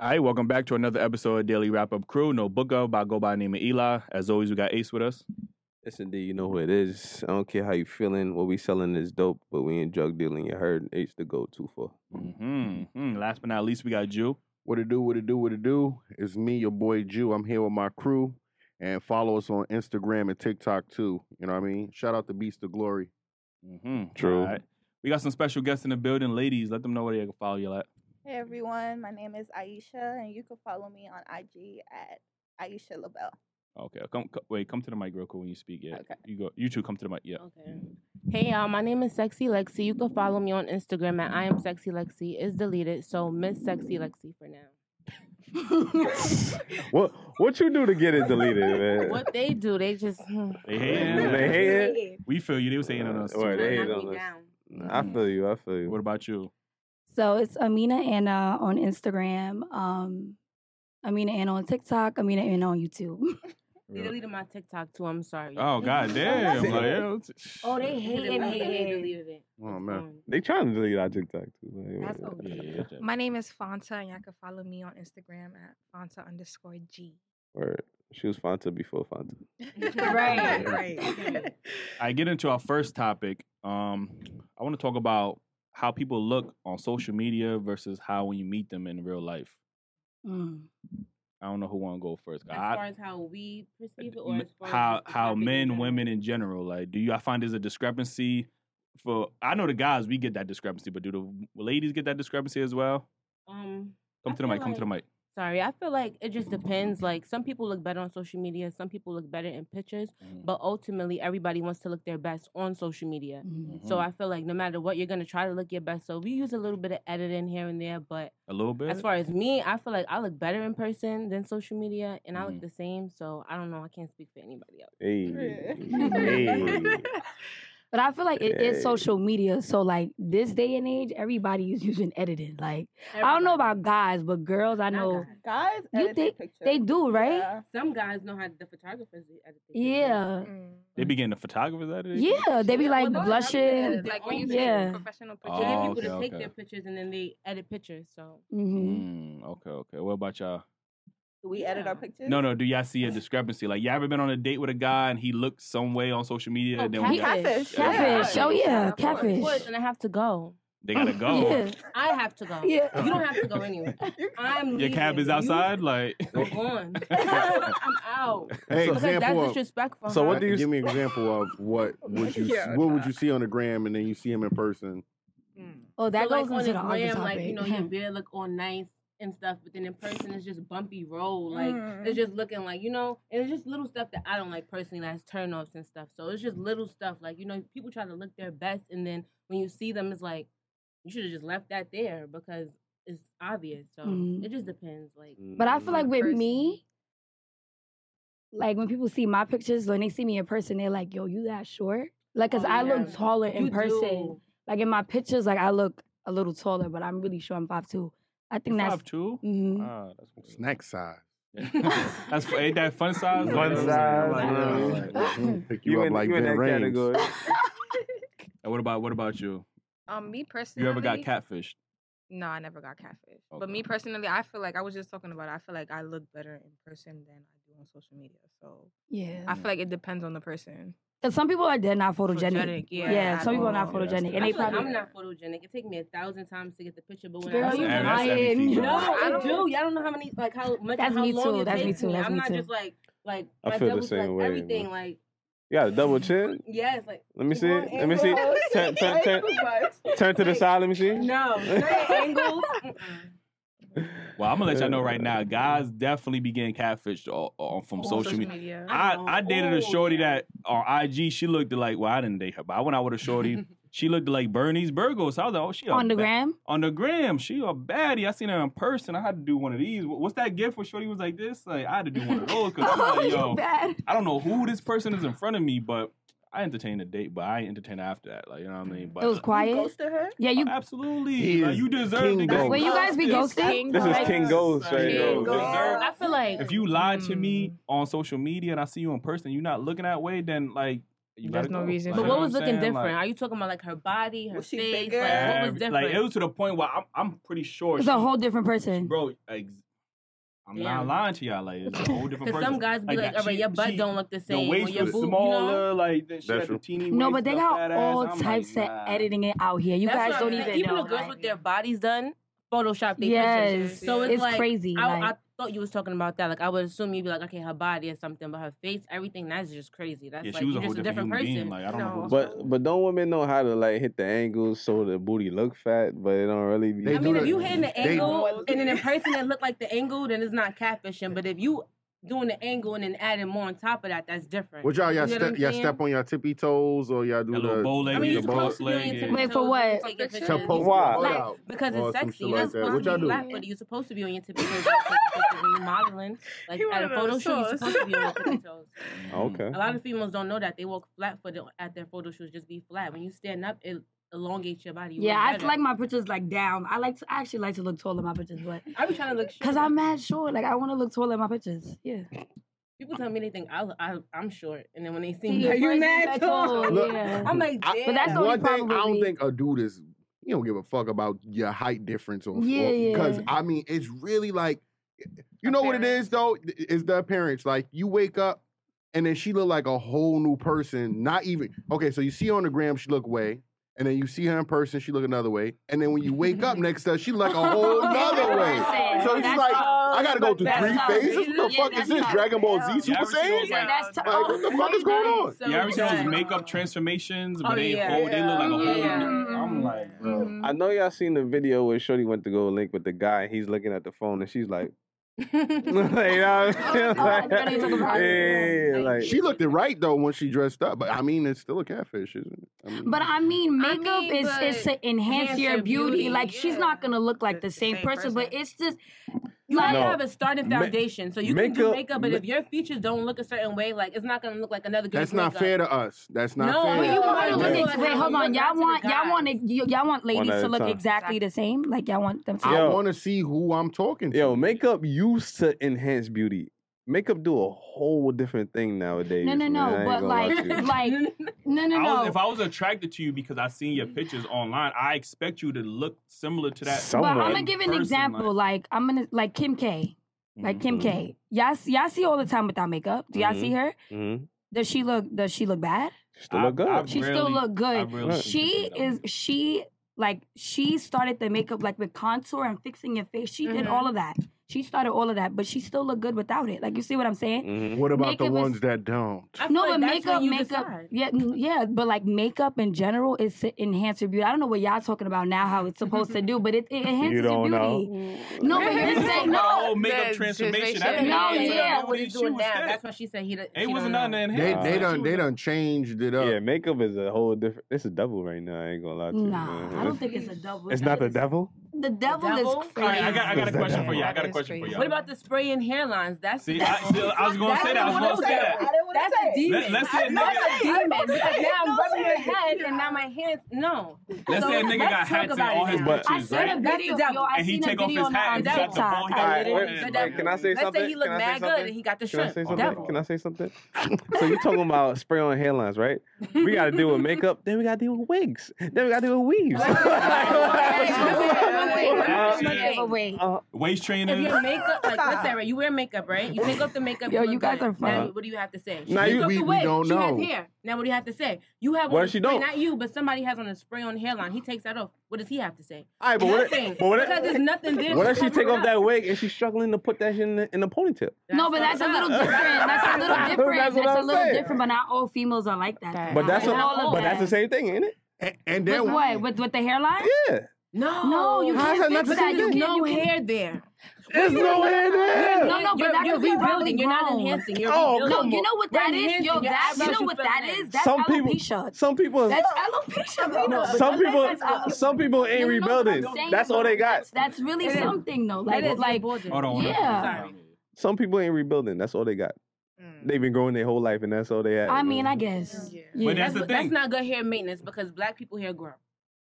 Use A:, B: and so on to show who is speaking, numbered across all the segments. A: Hey, welcome back to another episode of Daily Wrap Up Crew. No book up, but I go by the name of Eli. As always, we got Ace with us.
B: Yes, indeed. You know who it is. I don't care how you feeling. What we selling is dope, but we ain't drug dealing. You heard H the go to for.
A: hmm Last but not least, we got Jew.
C: What it do, what it do, what it do. It's me, your boy Jew. I'm here with my crew. And follow us on Instagram and TikTok too. You know what I mean? Shout out to Beast of Glory.
A: Mm-hmm.
B: True.
A: We got some special guests in the building. Ladies, let them know where they can follow you at.
D: Hey everyone, my name is Aisha, and you can follow me on IG at Aisha LaBelle.
A: Okay, come, co- wait, come to the mic real quick when you speak. Yeah,
D: Okay.
A: you go. You two come to the mic. Yeah.
E: Okay. Hey y'all, my name is Sexy Lexi. You can follow me on Instagram at I am Sexy Lexi. It's deleted, so Miss Sexy Lexi for now.
B: What what you do to get it deleted, man?
E: what they do, they just hmm,
A: They
B: They
A: hating.
B: hate it.
A: we feel you. They were saying on us. Too.
B: Word, they
A: right?
B: hate
E: knock
B: on us.
E: me down.
B: I feel you. I feel you.
A: What about you?
F: So it's Amina Anna on Instagram, um, Amina Anna on TikTok, Amina Anna on YouTube.
E: They deleted my TikTok too. I'm sorry.
A: Oh God damn!
B: Say-
A: like, yo, t-
E: Oh, they hate it. Hate it. They deleted it.
C: Oh
E: It's
C: man.
E: gone.
B: They trying to delete our TikTok too. Like,
E: That's
B: what-
E: okay.
A: Yeah, yeah, yeah.
G: My name is Fonta, and y'all can follow me on Instagram at Fonta underscore G.
B: word. She was Fanta before Fanta.
E: Right,
G: right.
A: I get into our first topic. Um, I want to talk about how people look on social media versus how when you meet them in real life.
F: Mm.
A: I don't know who want to go first.
E: As
A: I-
E: far as how we perceive it, or
A: m-
E: as far
A: how
E: as just the
A: how
E: topic in
A: men,
E: general?
A: women in general, like, do you? I find there's a discrepancy. For I know the guys, we get that discrepancy, but do the ladies get that discrepancy as well?
E: Um,
A: Come to the
E: I feel
A: mic. Come to the
E: like-
A: mic.
E: sorry, I feel like it just depends. Like some people look better on social media, some people look better in pictures, but ultimately everybody wants to look their best on social media.
F: Mm.
E: So I feel like no matter what, you're gonna try to look your best. So we use a little bit of editing here and there, but
A: a little bit.
E: as far as me, I feel like I look better in person than social media, and I
A: Mhm.
E: look the same. So I don't know. I can't speak for anybody else.
B: Hey, hey.
F: But I feel like it
B: Hey.
F: is social media. So like this day and age, everybody is using editing. Like I don't know about guys, but girls, I
E: Not
F: know
E: guys.
D: Guys,
F: You
D: edit their
F: think
D: picture.
F: they do, right?
D: Yeah.
E: Some guys know how the photographers do edit. their pictures.
F: Yeah,
A: they
E: mm.
A: begin the photographers at it.
F: yeah, they be
G: Mm. Yeah,
F: like
G: well, those are
F: blushing. oh,
G: good, Like when you
F: Yeah.
G: take
A: Oh,
G: professional
E: So
G: pictures.
E: then
A: okay,
E: people just take
A: okay.
E: their pictures and then they edit pictures. So
F: hmm
A: Mm, okay, okay. What about y'all?
D: Do we edit our
E: Yeah.
D: pictures?
A: No, no. Do y'all see a discrepancy? Like, you ever been on a date with a guy and he looked some way on social media,
E: Oh,
A: and then when y'all-
D: Catfish.
A: Yeah.
F: Catfish. Oh yeah,
D: Of course.
E: of
F: catfish.
E: course, and I have to go.
A: they gotta go.
F: Yeah.
E: I have to go.
F: Yeah.
E: You don't have to go anywhere. I'm
A: Your cab is
E: leaving. You-
A: outside. Like,
E: I'm gone. I'm out.
C: Hey,
E: Because that's
C: example. Of,
E: disrespectful.
B: So
E: huh?
B: what do you-
C: give me an example of what would you
D: Yeah.
C: what would you see on the gram and then you see him in person?
F: Oh, that
E: so,
F: goes
E: like,
F: into the
E: on
F: other
E: gram,
F: topic.
E: like you know, your beard look all nice and stuff, but then in person it's just bumpy roll, like
F: Mm.
E: it's just looking like you know, and it's just little stuff that I don't like personally, that's turnoffs and stuff. So it's just little stuff, like you know, people try to look their best, and then when you see them, it's like you should have just left that there because it's obvious. So
F: Mhm.
E: it just depends, like
F: But I feel like with
G: person.
F: me, like when people see my pictures, when they see me in person, they're like, "Yo, you that short?" Like, cause
E: Oh,
F: I
E: yeah.
F: look taller in
E: you
F: person.
E: do.
F: Like in my pictures, like I look a little taller, but I'm really sure I'm five two. I think that's.
A: Five two.
B: Mm.
F: hmm
A: Ah, that's good.
C: Snack size.
A: That's fu- ain't that fun size?
B: Fun
A: Like, that's-
B: size,
A: like,
B: bro.
A: like-
C: Pick you,
B: You
C: up
B: in,
C: like
B: you in
C: Ben
B: that
C: Rames.
B: category?
A: And what about what about you?
G: Um, me personally,
A: You ever got catfished?
G: No, I never got catfish.
A: Okay.
G: But me personally, I feel like I was just talking about. It, I feel like I look better in person than I do on social media. So I
F: Yeah,
G: feel like it depends on the person.
F: because some people are they're not photogenic.
G: Photogenic, yeah,
F: some people are not
A: all. Yeah, that's
F: photogenic,
A: true.
F: and
E: I
F: they
E: feel like
F: probably.
E: I'm not photogenic. It takes me a thousand times to get the picture, but when I
F: Girl,
A: That's
E: do
F: you
A: every-
E: it,
A: that's every
F: lying.
A: female.
E: No,
A: Bro,
F: I
E: I
F: don't-
E: do. Y'all don't know how many, like how much,
F: That's
E: how
F: me
E: long
F: too,
E: it
F: that's me
E: takes
F: too, that's
E: I'm
F: me
E: not
F: too.
E: just like, like
B: I
E: my
B: feel the
E: double check
B: same way,
E: everything.
B: man.
E: Like,
B: You got a double chin?
E: yes, like
B: Let me see.
D: Wrong
B: Let me see.
D: angle.
B: Turn, turn, turn, turn to the side. Let me see.
E: no straight angles. mm-mm.
F: Mm.
A: Well, I'm gonna let y'all know right now, guys definitely be getting catfished on, on, from
E: On
A: social media.
G: media.
A: I, I dated a
E: Oh,
A: shorty
E: yeah.
A: that on IG she looked like well I didn't date her but I went out with a shorty she looked like Bernie's Burgos I was like oh she a
F: on the
A: ba-
F: gram,
A: on the gram she a baddie I seen her in person I had to do one of these Wh- what's that gift where shorty was like this like I had to do one of those because I'm like yo
F: bad.
A: I don't know who this person is in front of me but I entertained the date but I ain't entertained after that like you know what I mean but
F: It was
D: You
F: quiet.
D: ghosted her?
F: Yeah, you.
A: absolutely
C: He
A: like,
C: is
A: you deserve
C: King
A: to
C: Ghost.
A: get
F: When you guys be
A: ghosted.
F: ghosting,
B: This is
F: like,
B: King Ghost right
G: King
B: here.
G: Ghost.
A: Deserve-
E: I feel like
A: if you lied to me
G: Mm.
A: on social media and I see you in person, you're not looking that way, then like you
G: There's
A: gotta
G: no
A: go.
G: reason
A: Like,
G: for
A: you
E: But
G: it.
A: know
E: what was
A: I'm
E: looking
A: saying?
E: different?
A: Like,
E: Are you talking about like her body, her
D: Was she
E: face?
D: bigger?
E: Like, what was
A: every-
E: different?
A: like, it was to the point where I'm, I'm pretty sure
F: it's
A: she-
F: a whole different person.
A: bro ex- I'm not
E: Damn.
A: lying to y'all. Like it's a whole different
E: Because
A: person.
E: some guys be
A: Like,
E: like,
A: that
E: all right,
A: she-
E: your butt
A: she-
E: don't look the
A: Your
E: same. or
A: waist
E: your
A: was
E: boob,
A: smaller,
E: You know?
A: like that. She
C: That's
A: had the
C: true.
A: teeny
F: No,
A: waist,
F: but they
A: the fat
F: got
A: ass.
F: all
A: I'm
F: types
A: like,
F: of
A: nah.
F: editing it out here. You
E: That's what
F: guys
E: I'm
F: don't
E: saying.
F: even
E: Even
F: know.
E: the girls
F: like-
E: with their bodies done, Photoshop their
F: yes,
E: pictures. So it's,
F: it's
E: like,
F: crazy.
E: I,
F: like,
E: I thought you was talking about that. Like I would assume you'd be like, okay, her body or something, but her face, everything, that's just crazy. That's
A: Yeah,
E: like
A: she was a
E: you're
A: whole
E: just a different,
A: different, human being.
E: person.
A: Like I don't know.
G: No.
A: Who
B: But but don't women know how to like hit the angles so the booty look fat, but it don't really be.
C: They
E: I mean,
C: do
E: if
C: that-
E: you hitting the
C: they-
E: angle and then in person that look like the angle, then it's not catfishing. But if you doing the angle and then adding more on top of that, that's different.
C: What y'all y'all
E: You know what
C: step
E: I'm
C: y'all
E: saying?
C: step on y'all tippy toes or y'all do
A: That little
C: the
A: bow leg
E: I
A: with
E: mean,
A: the
E: you're supposed to
A: bow
E: do
A: leg,
E: it
A: yeah.
E: on your
F: Wait, for
E: toes
F: what?
E: and take your
G: Like,
E: pictures.
C: to
G: You're
C: poke your
B: Why?
C: butt
E: Like,
C: out?
E: because
C: or
E: it's
C: some
E: sexy.
C: shit
E: You're
C: like
E: not
C: that.
E: supposed
C: What
E: to
C: y'all
E: be
C: do?
E: black footed. You're supposed to be on your tippy toes when you take pictures. when you're modeling. Like
G: He
E: at a
G: wanna know the
E: photo shoot, you're
G: source.
E: supposed to be on your tippy toes.
B: mm, Okay.
E: A lot of females don't know that. They walk flat footed at their photo shoots, just be flat. When you stand up, it elongates your body. You
F: yeah,
E: look
F: I
E: better.
F: like my pictures like down. I like to I actually like to look tall in my pictures, but
E: I be trying to look short.
F: because I'm mad short, like I want to look tall in my pictures. Yeah,
E: People tell me they think I, I, I'm short, and then when they see
F: In
E: me,
F: person,
E: you mad
F: that's
E: tall?
F: all,
C: Look,
F: yeah.
E: I'm like,
C: I-
E: damn.
F: But that's the
C: One
F: only
C: thing
F: problem
C: I
F: with
C: don't
F: me.
C: think a dude is. He don't give a fuck about your height difference or
F: Yeah, yeah.
C: Because I mean, it's really like, you know what it
G: Appearance.
C: is though. It's the appearance. Like you wake up, and then she look like a whole new person. Not even okay. So you see her on the gram, she look way, and then you see her in person, she look another way, and then when you wake up next to her, she look like a whole nother way.
F: Listen,
C: So it's
F: that's
C: like
F: all.
C: I gotta go through
F: That's
C: three
F: all.
C: phases. What the
F: Yeah,
C: fuck is
F: that's
C: this?
F: all.
C: Dragon Ball Z
G: Yeah.
C: Super
A: Every single
C: Saiyan?
F: Yeah, that's t-
C: Like what the fuck is going on?
E: So
A: You ever seen those
E: bad.
A: makeup transformations? But
E: Oh,
A: they
E: yeah.
A: whole, they look like a
F: Mm-hmm.
A: whole.
E: Yeah.
A: new- I'm like, bro.
B: I know y'all seen the video where Shorty went to go link with the guy. He's looking at the phone and she's like, you know what
F: Oh, I know what
B: I'm
F: you're
B: saying?
F: talking about.
B: Yeah,
E: Yeah.
B: like
C: She looked it right though when she dressed up, but I mean, it's still a catfish, isn't it? I mean,
F: But I mean,
G: I
F: makeup
G: mean,
F: is is
G: but
F: to enhance
E: enhance
F: your
E: your
F: beauty.
E: beauty,
F: Like she's not
G: yeah.
F: gonna look like
G: The-
F: the
G: the
F: same,
G: same
F: person, but
G: person.
F: it's just
E: You have to
B: No.
E: have a starting
B: Ma-
E: foundation, so you can do
B: makeup-
E: makeup. But
B: ma-
E: if your features don't look a certain way, like it's not gonna look like another girl's
C: that's not
E: makeup.
C: fair to us. That's not
E: No,
C: fair.
E: but
F: But you
E: Yeah.
F: want to look.
E: Yeah.
F: Ex- wait, hold on.
E: Yeah.
F: Y'all want y'all want to, y'all want
B: One
F: ladies
B: at a
F: to look
B: time.
F: exactly the same. Like y'all want them to.
C: I
B: Yo.
C: want to see who I'm talking to.
B: yo, makeup used to enhance beauty. Makeup do a whole different thing nowadays.
F: no, no,
B: man. I
F: no.
B: ain't
F: But
B: gonna lie
F: like,
B: to you.
F: like, no, no,
A: I was,
F: no. Mm.
A: if I was attracted to you because I seen your pictures online, I expect you to look similar to that.
B: Some-
F: But I'm
B: someone-
F: gonna give an
A: person,
F: example. Like I'm gonna like Kim K. Like Kim
B: Mhm.
A: Mm-hmm.
F: K. Y'all s- y'all see all the time without makeup. Do y'all
B: Mhm.
F: see her?
B: Mhm.
F: Does she look? Does she look bad?
B: Still look good.
A: I- I-
F: She still
A: Really,
F: look good.
A: I really
F: she
A: think
F: is she like she started the makeup like with contour and fixing your face. She did
A: Mm-hmm.
E: Mhm.
F: all of that. She started all of that, but she still looked good without it. Like you see what I'm saying?
B: Mhm.
C: What about the
F: Makeup is-
C: ones that don't?
E: I feel
F: No,
E: like
F: but
E: that's
F: makeup,
E: when you
F: makeup,
E: decide.
F: yeah, mm, yeah, but like makeup in general is to enhance your beauty. I don't know what y'all talking about now, how it's supposed to do, but it, it enhances your beauty. No, but
A: You
F: this
A: talking
F: ain't
A: about the
F: no.
A: whole
G: The
A: makeup transformation. That
G: transformation.
A: ain't
F: No,
A: even
F: yeah.
A: what
E: he's
A: she
E: doing
A: was
E: now.
A: dead.
E: That's why she said he. It
A: It wasn't nothing to
C: They
A: enhance.
C: they
A: She
C: done
A: was
C: they
A: a-
C: done changed it up.
B: Yeah, makeup is a whole different. It's a devil right now. I ain't gonna lie to you. man.
F: Nah, I
B: It's-
F: don't think it's a double.
B: It's not the
F: It's-
B: devil.
F: The devil,
E: devil?
F: is
A: All
F: crazy.
A: right, I got I got a
B: That
A: question for y'all. I
G: that
A: got a
G: is
A: question for
G: crazy.
A: y'all.
E: What about the spraying hairlines? That's
A: See, I, see, I was gonna
E: That's
A: say that. I was
E: what I'm
A: gonna say that.
D: I
E: saying.
D: didn't want to
E: That's
D: say
E: a
D: it.
E: demon.
A: Let- let's say a
E: That's
A: nigga-
E: a demon.
D: Don't say it. Don't
E: Because now I'm rubbing
D: say
E: your
D: it.
E: head and now my hands. No.
A: Let's
E: So
A: say a nigga
E: let's
A: got
E: talk
A: hats and
E: about it
A: all his
E: now.
B: But-
F: I
A: bitches,
F: seen a
A: right?
E: That's the
F: video.
E: devil.
F: Yo, I
A: And he
F: seen a
A: take off
F: video
A: his hat
F: on, on
A: and
E: he's got
A: bald head.
E: the
F: TikTok. I
A: Alright,
B: Alright,
E: Alright,
A: wait, wait,
E: it's
F: literally.
E: the
A: wait,
E: devil.
B: can I say
E: Let's
B: something?
E: say he looked
B: Can I say
E: mad good
B: something?
E: and he got the
B: Can I
E: shrimp.
B: say something?
E: Devil.
B: Can I say something? So you talking about spray on hairlines, right? We gotta deal with makeup, then we gotta deal with wigs, then we gotta deal with weaves.
E: Wait,
B: Uh,
E: wait, wait, wait.
A: Waist
E: If
A: trainers.
E: your makeup, like, let's say, right, you wear makeup, right? You take off the makeup.
F: Yo,
E: look
F: you guys
E: good.
F: are
E: Now,
F: fun.
E: what do you have to say?
B: Nah,
E: she
B: you-
E: took
C: we-
E: the
C: we
E: wig.
C: don't
E: she has
C: know.
E: hair. Now, what do you have to say? You have
B: What
E: on
B: if
E: a
B: she
E: spray,
B: don't?
E: not you, but somebody has on a spray on hairline. He takes that off. What does he have to say?
B: Alright, but what
E: Nothing.
B: if, but what
E: because there's
B: if,
E: nothing there.
B: what
E: to
B: if she
E: cover
B: take
E: it
B: off
E: up.
B: that wig and she's struggling to put that shit in the, in the ponytail?
F: No, but that's a little
E: fucked up.
F: different. That's a little
B: That's
F: different.
B: what
F: That's, a
B: I'm
F: little
B: saying.
F: different. But not all females are like that. though.
B: But that's
F: Not
B: what-
F: all of
B: But that's the same
F: them.
B: thing, ain't it?
C: And, and
F: With
C: then
F: what? With with the hairline?
B: Yeah.
E: No,
F: No, you
B: How is that
F: can't
B: not
F: fix
B: the
F: that.
B: same
F: You
E: There's
B: thing?
F: can't.
E: no
F: you can't-
E: hair there.
B: There's no hair there.
F: No, no, but
E: you're,
F: that
E: you're
F: could be
E: rebuilding. You're not
F: grown.
E: enhancing. You're
B: Oh,
E: rebuilding.
F: No,
B: come
F: you know what that
E: Right,
F: is?
E: hands
F: Yo,
E: and your
F: that you
E: eyebrows
F: know
E: you
F: what
E: feel
F: that
E: like.
F: is? That's
B: Some people-
F: alopecia.
B: Some people,
F: That's alopecia,
E: No,
F: though.
E: but
B: some
E: that's-
B: people,
E: that's alopecia.
B: some people ain't
F: You know what I'm
B: rebuilding.
F: saying,
B: That's all they
F: though?
B: got.
F: That's, that's really
E: It is.
F: something, though. Like,
E: That is
F: like,
E: rebuilding.
A: Hold on. hold on.
F: Yeah.
E: Sorry.
B: Some people ain't rebuilding. That's all they got. They've been growing their whole life, and that's all they had.
F: I mean, I guess.
G: Mm. Yeah.
F: Yeah.
A: But that's the
E: that's
A: thing.
E: not good hair maintenance because black people hair grow.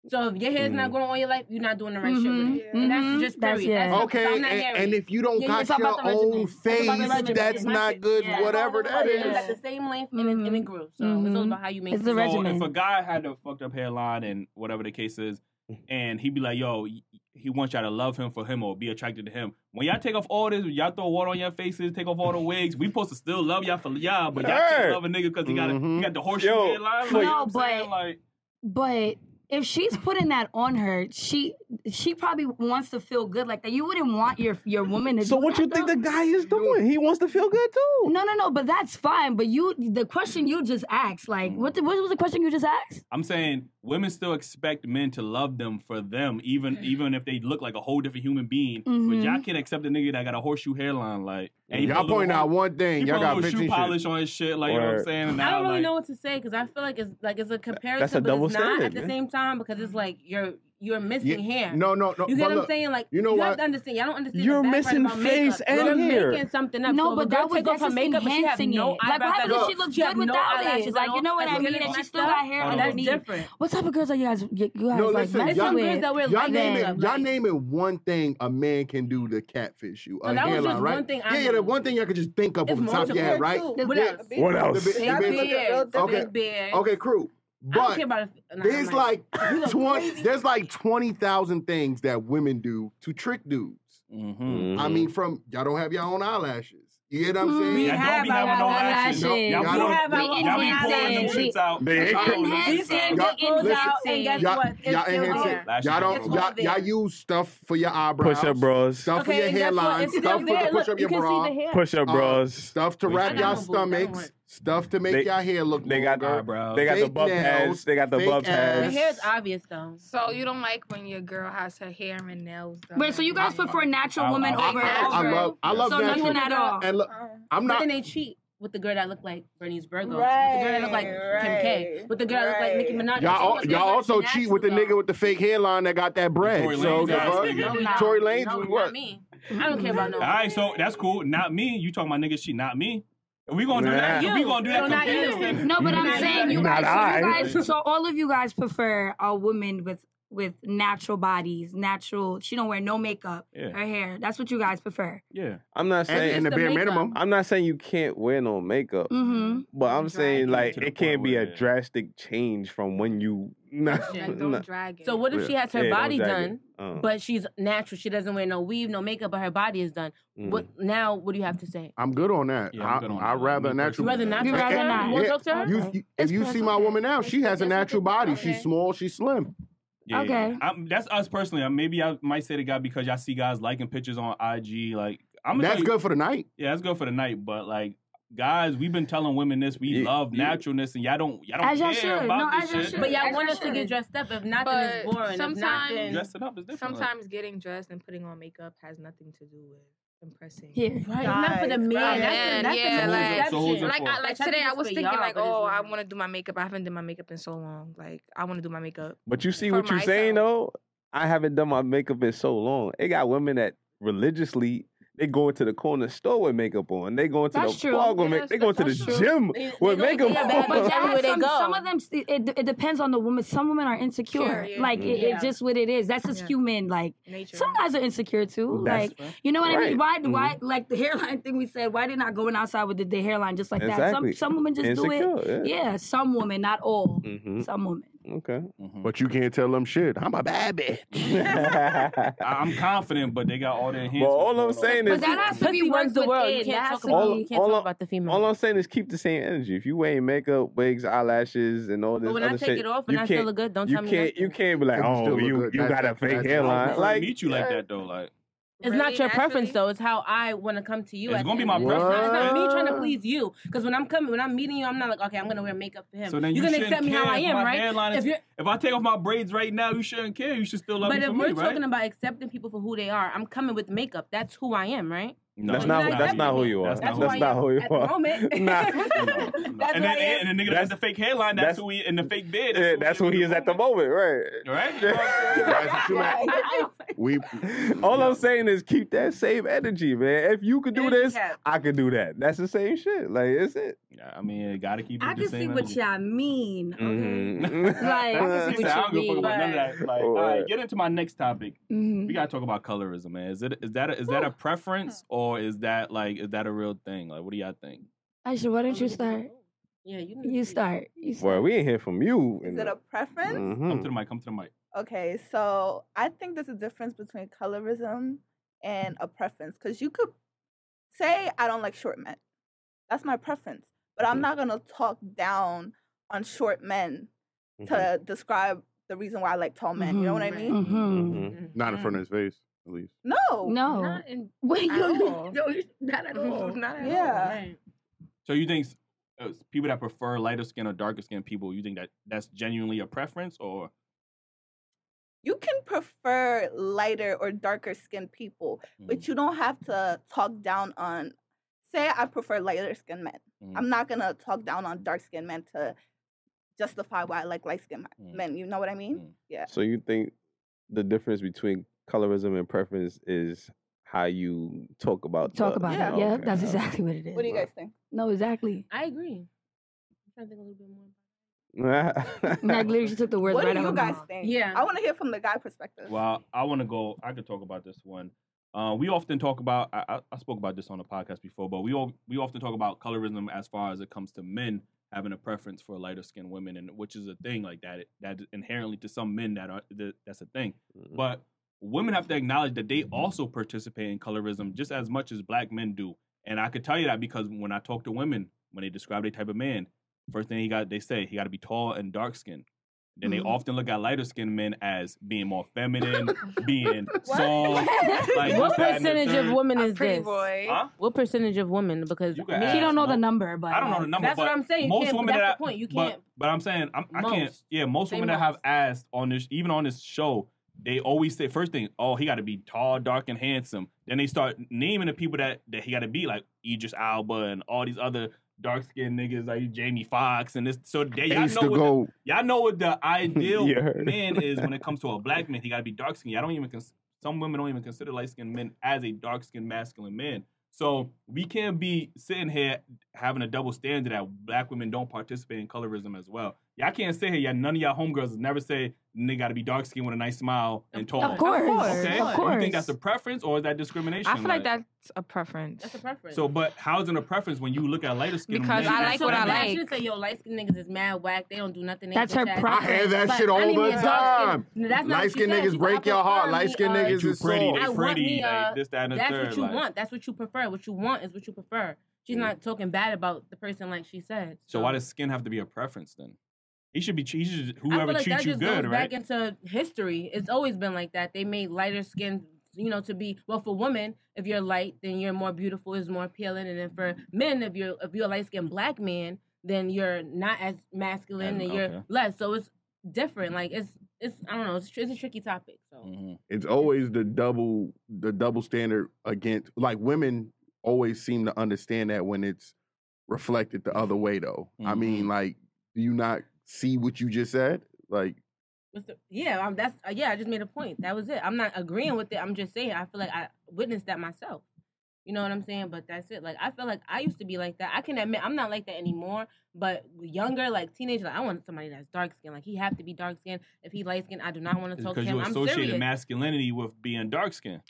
E: So if your hair's not
B: Mhm.
E: growing all your life, you're not doing the right shit
F: Mhm,
E: with it. And
F: mhm.
E: that's just
F: That's-
E: period.
F: yeah.
E: That's-
C: okay,
E: I'm
C: and,
E: not hairy.
C: and if you don't
E: Yeah,
C: got
E: it's all
C: your
E: about the regimen.
C: own
E: It's about the
C: face,
E: regimen.
C: that's
E: It's my
C: not
E: shit.
C: good.
F: Yeah.
C: Whatever that
E: It's
C: is.
E: got the same length and, it, and it
F: Mhm.
E: grew. So it's all
F: Mhm.
E: about how you make
F: It's
E: it.
F: the
E: So-
A: So if
F: regimen.
A: a guy had a fucked up hairline and whatever the case is, and he'd be like, "Yo, y- he wants y'all to love him for him or be attracted to him. When y'all take off all this, when y'all throw water on your faces, take off all the wigs. We supposed to still love y'all for y'all, but y'all
B: Word.
A: can't love a nigga because he got a, he
C: Mhm.
A: got the horseshoe
B: Yo,
A: head line. Like,
F: No,
A: you know what I'm
F: but-
A: saying? like
F: But if she's putting that on her, she she probably wants to feel good like that. You wouldn't want your your woman to.
B: So
F: do
B: what
F: that,
B: you think
F: though.
B: the guy is doing? He wants to feel good too.
F: No, no, no. But that's fine. But you, the question you just asked, like, what the, what was the question you just asked?
A: I'm saying, women still expect men to love them for them, even even if they look like a whole different human being. But
F: Mhm.
A: y'all can't accept a nigga that got a horseshoe hairline. Like and he put a
C: Y'all
A: little
C: pointing
A: hor-
C: out one
A: he
C: thing. Y'all
A: put a
C: got
A: little
C: 15
A: shoe
C: shit.
A: polish on his shit. Like you know what I'm
B: Word.
A: saying. And
E: I don't
A: now,
E: really
A: like,
E: know what to say because I feel like it's like it's a comparison,
B: that's a
E: but
B: double
E: it's not
B: standard,
E: at the
B: man.
E: same time because it's like you're you're missing hair.
C: No, no, no.
E: You
C: but
E: get what I'm
C: look,
E: saying? Like
C: you know
E: you
C: what?
E: have to understand. Y'all don't understand.
B: You're
E: the background
B: missing
E: about
B: face
E: makeup.
B: and
E: you're
B: hair.
E: making something up.
F: No,
E: so
F: but
E: if a
F: that
E: girl
F: was-
E: take off
F: that's
E: her
F: just
E: makeup, but she have
F: enhancing
E: no
F: it. Like,
E: eyebrows.
F: what happened
E: at
F: if
E: all.
F: she looked
E: have
F: good
E: no
F: without it?
E: eyelashes at
F: Like, you
E: all.
F: know what
E: That's
F: I mean?
E: getting
F: And she
E: messed
F: still
E: up.
F: got hair
A: Hold on.
E: That's
F: underneath.
E: different.
F: What type of girls are you guys? You guys
C: No,
F: like
C: listen,
F: messing
E: There's some
C: y'all-
F: with?
E: girls that wear
C: Y'all
E: light
C: naming,
E: makeup.
C: y'all
E: like-
C: naming one thing a man can do to catfish you. A
E: No, that was just
C: hairline, right?
E: one thing I
C: yeah, yeah, the
E: knew.
C: one thing y'all could just think of
E: It's
C: off the top of your
E: multiple.
C: head, right?
E: What
D: Yeah,
E: else?
D: a big-
B: What else?
C: The
E: Big
C: big- the big-
D: look at real
E: beard.
C: Okay.
E: Big beard.
C: Okay, cool.
E: I don't care
C: But
E: about. a- nah,
C: there's
E: I'm
C: like
E: You look
C: twenty,
E: crazy.
C: there's like twenty thousand things that women do to trick dudes.
A: Mhm.
C: I
B: Mm-hmm.
C: mean, from y'all don't have your own eyelashes. You get what I'm
F: Mm.
C: saying?
F: We
A: Y'all don't
E: have
A: be
E: our
A: having no lashes.
F: eyelashes.
A: Y'all
C: We
A: pull-
E: have our
A: y'all be pulling them
F: eyelashes.
A: shits out.
B: They
A: Y'all
B: ain't
A: pulling them
F: enhanced
A: shits out.
F: and
C: Y'all-
E: goes
C: listen,
E: out and guess
C: y'all,
E: what? It's
C: y'all,
E: still
C: enhance
E: there.
C: it. y'all
A: It's
C: don't,
E: all
C: y'all,
E: there.
C: y'all use stuff for your eyebrows,
B: Push up bras.
C: stuff for your
E: and guess what?
C: hairline,
E: It's
C: stuff
E: still
C: for to
E: there.
C: push
E: Look,
C: up
E: you
C: your
E: can
C: bra.
E: see the hair.
B: Push up
C: uh,
B: bras.
C: stuff to
A: Wait,
C: wrap
A: I
C: y'all
E: know, boo, I don't want
C: stomachs,
E: it.
C: stuff to make
B: They-
C: y'all hair look
B: they got
C: longer.
A: Eyebrows.
B: They got the
C: Fake
B: buff pads.
C: nails,
B: They got the
C: fake
B: buff
E: The
C: ass.
B: pads.
E: hair is obvious though.
G: So you don't like when your girl has her hair and nails done.
F: Wait, so you guys prefer natural
A: I-
F: women
A: I-
F: over?
G: I-
C: I
F: over-
C: love, I
A: Yeah.
C: love
F: so
C: natural.
F: nothing at all.
C: And look,
D: Um,
C: I'm
E: But
C: not.
E: then they cheat with the girl that looked like Bernice Burgos, with the girl that
D: Right,
E: looked like Kim K,
D: right,
E: with the girl that looked like Nicki
D: right.
E: Minaj.
C: Y'all, al-
E: It's
C: y'all
E: all
C: also cheat with the
E: natural,
C: nigga with the fake hairline that got that bread.
A: Tory
C: so
A: Lanez
C: the
A: ass
C: fuck?
E: though.
A: nigga.
E: No, no,
C: Tory Lanez
E: no,
C: was
E: Not
C: what?
E: me. I don't care about no.
A: All right, so that's cool. Not me. You talking about niggas She Not me. If we gonna do
B: Nah.
A: that. if We
E: You.
A: gonna do
E: So
A: that.
E: not you.
A: comparison,
F: No, but I'm
E: Not
F: saying you
B: Not
F: guys,
B: I.
F: so you guys. So all of you guys prefer a woman with with natural bodies, natural. She don't wear no makeup.
A: Yeah.
F: Her hair. That's what you guys prefer.
A: Yeah.
B: I'm not
C: And,
B: saying.
C: and the
E: It's the
C: bare
E: makeup.
C: minimum.
B: I'm not saying you can't wear no makeup,
F: Mm-hmm.
B: but I'm
G: Drag
B: saying
G: it
B: like
A: to the
B: it can't
A: point
B: be a
A: where-
B: drastic change from when you. Nah,
G: Like, don't
B: nah.
G: drag it.
E: So what if she has her
B: Yeah, don't
E: body
B: drag it.
E: done,
B: Uh,
E: but she's natural? She doesn't wear no weave, no makeup, but her body is done.
B: mm.
E: What now? What do you have to say?
C: I'm good on that.
A: Yeah, I'm
C: I,
A: good on
C: I'd
A: that.
C: rather
A: Me
E: You
C: natural.
A: personally.
E: rather not.
F: You
E: talk
F: rather
E: to her?
F: not.
E: You want to talk to her?
C: You,
F: Okay.
C: you- if
F: It's
C: you see my
F: personal.
C: woman now, she has a
D: It's
C: natural body.
D: okay.
C: She's small. She's slim.
A: Yeah, yeah,
F: Okay.
A: yeah. I'm, that's us personally. I, maybe I might say to God because y'all see guys liking pictures on IG. Like I'm gonna tell
C: That's
A: you-
C: good for the night.
A: Yeah, that's good for the night. But like, guys, we've been telling women this. We
B: You-
A: love
B: you-
A: naturalness, and y'all don't. Y'all don't
F: As y'all
A: care
F: should.
A: about
F: No,
A: this
F: as y'all
A: shit.
F: should.
E: But y'all
F: That's
E: want us to
F: true.
E: get dressed up. If not, then it's
G: But
E: boring. If not,
G: sometimes-
E: then
A: Dressing up is different. like-
G: Sometimes getting dressed and putting on makeup has nothing to do with impressing.
F: Here.
E: Right, it's not for the
D: Guys,
E: man.
D: guys.
E: That's, that's
G: Yeah,
E: the
G: like-
E: misconception.
A: So who's it
G: Like I,
A: for?
G: like
E: Like,
G: today, I
E: that's
G: was
E: for
G: thinking
E: y'all,
G: like,
E: but it's
G: oh, I
E: not.
G: want to do my makeup. I haven't done my makeup in so long. Like I want to do my makeup.
B: But you see
G: for
B: what you're saying though.
G: myself.
B: I haven't done my makeup in so long. It got women that religiously they go into the corner store with makeup on. They go into
F: That's
B: the
F: true.
B: blog with
G: Yeah,
B: makeup. They go to the
G: that's true.
B: gym
E: They- they
B: with
E: go- they
B: makeup
E: got
B: on.
E: bad
F: But
E: But
F: that
E: everywhere
F: has
E: they
F: some,
E: go.
F: some of them. It, it depends on the woman. Some women are insecure.
G: Sure, yeah.
F: Like it,
E: Yeah.
F: it just what it is. That's just
G: Yeah.
F: human. Like
G: Nature.
F: some guys are insecure too.
B: That's-
F: like you know what I mean? Why?
B: Right.
F: Why? Like the hairline thing we said. Why they not going outside with the, the hairline just like that? Some
B: Exactly.
F: some women just do it.
B: Insecure. Yeah.
F: Yeah, some women, not all.
B: Mhm.
F: Some women.
B: Okay.
A: Mhm.
C: But you can't tell them shit. I'm a bad bitch.
A: I- I'm confident, but they got all their hands.
B: Well, all I'm saying
F: But
B: is-
F: that has to
E: Pussy
F: be
E: runs
F: worked
E: the world. You
F: within. That
E: can't
F: has
E: talk
F: to
E: about,
B: all-
E: you
F: be.
E: can't
B: all
E: talk
B: I-
E: about the female.
B: all I'm saying is keep the same energy. If you wearing makeup, wigs, eyelashes, and all this
E: but when
B: other
E: I take
B: shit,
E: it off
B: you
E: and I
B: can't.
E: still look good, don't
B: you
E: tell me
B: can't.
E: nothing.
B: You can't be like,
C: But you
B: oh,
C: still look
B: you
C: good.
B: you
C: That-
B: got a
C: that-
B: fake
C: that's-
B: hairline.
A: Like,
B: Like
A: meet you like
B: yeah.
A: that though. Like
E: It's not
G: Really,
E: your preference
G: naturally?
E: though. It's how I want to come to you.
A: It's
E: at the
A: gonna be
E: end
A: my
E: of the day. It's not- It's not me trying to
C: What?
E: please you. Because when I'm coming, when I'm meeting you, I'm not like, okay, I'm gonna wear makeup for him.
A: so then you
E: you're gonna
A: shouldn't
E: accept me
A: care
E: how I
A: if
E: am,
A: my
E: right?
A: hairline is-
E: If you're
A: If I take off my braids right now, you shouldn't care. You should still love
E: but
A: me
E: if
A: for
E: we're
A: me, right?
E: talking about accepting people for who they are, I'm coming with makeup. That's who I am, right?
A: No,
B: That's
E: you're
B: not.
E: not
B: That's not who
E: accepting
B: you
A: me.
B: are.
A: That's
B: That's
A: not who
B: not who you
E: at the
B: are.
E: moment.
B: Nah.
E: That's
A: and
E: who I
A: then
E: am.
A: and, and the nigga that's,
B: That's-
A: the fake hairline. That's,
B: that's-
A: who he in the fake beard.
B: Yeah, eh, that's who he is at the moment, right?
A: Right? You know what I'm saying?
C: Guys, what you at?
E: I- I-
C: we
B: All I'm saying is keep that same energy, man. If you could do
E: Energy
B: this,
E: cap.
B: I could do that. That's the same shit. Like, is it?
A: Yeah, I mean, gotta keep. It
F: I
A: the
F: can
A: same
F: see what
A: energy.
F: y'all mean. Okay.
B: Mhm.
F: Like, I can
A: He said, I don't give
F: see what you
A: a fuck
F: mean.
A: about none of that. Like, all
B: Right.
A: right, get into my next topic.
F: Mhm.
A: We gotta talk about colorism, man. Is it is that a, is that a preference or is that like is that a real thing? Like, what do y'all think?
F: Aisha, why don't you start?
E: Yeah, you. need
F: You
E: to-
F: start. You start.
B: Boy, we ain't hear from you.
D: Is
B: in
D: it a preference?
A: Come
B: Mhm.
A: to the mic. Come to the mic.
D: Okay, so I think there's a difference between colorism and a preference because you could say, I don't like short men. That's my preference. But I'm
B: Mhm.
D: not going to talk down on short men
B: Mhm.
D: to describe the reason why I like tall men. You know what I
E: Mhm.
D: mean?
F: Mm-hmm.
B: Mhm.
E: Mhm.
C: Not in front of his face, at least.
D: No.
F: No.
E: Not in-
F: Wait,
G: at
F: you
G: all.
F: no, you- not at all.
G: Not at
D: Yeah.
G: all.
E: Right.
A: So you think s- uh, s- people that prefer lighter skin or darker skin people, you think that that's genuinely a preference or
D: You can prefer lighter or darker skinned people, but
A: Mm-hmm.
D: you don't have to talk down on, say, I prefer lighter skinned men.
A: Mhm.
D: I'm not going to talk down on dark skinned men to justify why I like light skinned
A: Mhm.
D: men. You know what I mean?
A: Mhm.
D: Yeah.
B: So you think the difference between colorism and preference is how you talk about
F: Talk
B: the-
F: about
D: Yeah.
F: it. Yeah,
B: Okay,
F: that's
B: okay.
F: exactly what it is.
D: What do you
B: Right.
D: guys think?
F: No, exactly.
E: I agree. I'm trying to think a little bit more.
F: Like literally, she took the words
D: what
F: right
D: do
F: out
D: you
F: of
D: guys
F: my mouth.
D: think?
E: Yeah.
D: I want to hear from the guy perspective.
A: Well, I want to go. I could talk about this one. Uh, we often talk about. I, I- I spoke about this on the podcast before, but we all, we often talk about colorism as far as it comes to men having a preference for lighter skinned women, and which is a thing like that. That inherently to some men that are that, that's a thing. But women have to acknowledge that they also participate in colorism just as much as black men do. And I could tell you that because when I talk to women, when they describe their type of man, first thing he got they say he got to be tall and dark skinned. Then they
F: Mhm.
A: often look at lighter skinned men as being more feminine, being
D: What?
A: soft. Like,
E: what
A: what's that in the
E: percentage of
A: third-
E: women
G: A
E: is
G: pretty
E: this?
G: boy.
A: Huh?
E: What percentage of women? Because
A: You
E: me,
A: can
F: She don't know the
A: Mo-
F: number, but
A: I don't know the number.
E: that's
A: but
E: what I'm saying. You
A: most
E: can't,
A: women
E: that's
A: that
E: the point. You
A: but-
E: can't.
A: But, I'm saying I'm, I can't.
E: Most.
A: Yeah, most
E: Say
A: women that have
E: most.
A: asked on this, even on this show, they always say first thing, oh, he got to be tall, dark, and handsome. Then they start naming the people that that he got to be like Idris Alba and all these other dark skinned niggas like Jamie Foxx and this. So they y'all
C: Ace
A: know
C: to
A: what the,
C: go.
A: y'all know what the ideal
B: You heard.
A: man is when it comes to a black man. He got to be dark skinned. I don't even cons- some women don't even consider light skinned men as a dark skinned masculine man. So we can't be sitting here having a double standard that black women don't participate in colorism as well. Y'all can't say here, y'all, none of y'all homegirls never say they got to be dark skinned with a nice smile and tall.
F: Of course,
G: course,
A: Okay.
F: of
A: You
F: course.
A: think that's a preference or is that discrimination?
G: I feel like that's a preference.
E: That's a preference.
A: So, but how's it a preference when you look at lighter skinned
G: Because
A: men
G: I
A: as
G: like what I
A: feminine?
G: like.
E: I should say, yo, light skinned niggas is mad whack. They don't do nothing. They
F: That's
E: ain't
F: her
E: attached.
F: prop.
C: I hear that
E: But
C: shit
E: I need
C: all
E: me
C: the
E: a dark-skinned-
C: time.
E: No, that's not what
C: Light
E: she
C: skinned
E: said.
C: niggas
E: She
C: break
E: said,
C: your
E: I prefer
C: heart.
E: me,
C: Light skinned
E: uh,
A: They
C: niggas
A: too
C: is
A: pretty.
C: soft.
E: I
A: They
E: want
A: pretty.
E: me,
A: Like
E: uh,
A: this, that, and the
E: That's
A: third.
E: what you
A: like.
E: want. That's what you prefer. What you want is what you prefer. She's
B: Mm.
E: not talking bad about the person like she said.
A: So why does skin have to be a preference then? He should be. He should,
E: I feel
A: whoever
E: like
A: treats
E: that
A: you
E: just
A: good,
E: goes
A: right?
E: back into history. It's always been like that. They made lighter skin, you know, to be well for women. If you're light, then you're more beautiful, is more appealing, and then for men, if you're if you're a light skinned black man, then you're not as masculine
A: And-
E: and, you're
A: okay.
E: less. So it's different. Like it's it's I don't know. It's, tr- it's a tricky topic. So
A: Mhm.
C: It's always the double the double standard against like women always seem to understand that when it's reflected the other way though. I mean, like, do you not see what you just said? Like
E: What's the- yeah, um, that's uh, yeah. I just made a point. That was it. I'm not agreeing with it. I'm just saying. I feel like I witnessed that myself. You know what I'm saying? But that's it. Like I feel like I used to be like that. I can admit I'm not like that anymore. But younger, like teenager, like I want somebody that's dark skinned. Like he have to be dark skinned. If he light skinned, I do not want
A: It's
E: to talk to
A: because
E: him.
A: you
E: I'm
A: associated
E: serious.
A: masculinity with being dark skinned.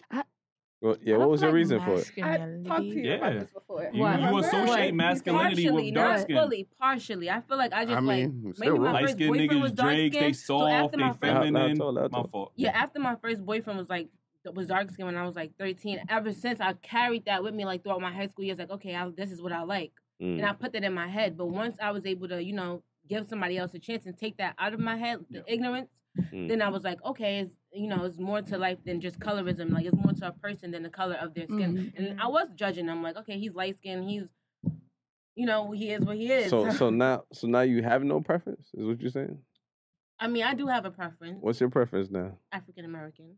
B: Well, yeah, what was your reason for it?
D: I talked to you about
A: Yeah.
D: this before.
A: You,
F: What?
A: you
D: Remember?
A: associate
F: What?
A: masculinity
E: partially,
A: with dark
E: not
A: skin.
E: fully. Partially, I feel like I just
C: I
E: like
C: mean, it's still
E: maybe my
C: wrong.
A: Light skinned
E: boyfriend was
A: niggas, Drakes, they
E: dark-skinned, so
A: soft,
E: after
A: they
E: my first-
A: feminine.
B: Loud, loud, tall, loud,
A: My
B: tall.
A: fault.
E: yeah, after my first boyfriend was like was dark skinned when I was like 13, ever since I carried that with me like throughout my high school years, like, okay, I, this is what I like.
B: Mm.
E: And
B: Mm-hmm.
E: I put that in my head. But once I was able to, you know, give somebody else a chance and take that out of my head, the ignorance,
B: Mm.
E: then I was like, okay, it's, you know, it's more to life than just colorism. Like, it's more to a person than the color of their
F: Mm-hmm.
E: skin. And I
G: Mm-hmm.
E: was judging them, like, okay, he's light skinned, he's, you know, he is what he is.
B: So so now so now you have no preference is what you're saying?
E: I mean, I do have a preference,
B: What's your preference now?
E: African American.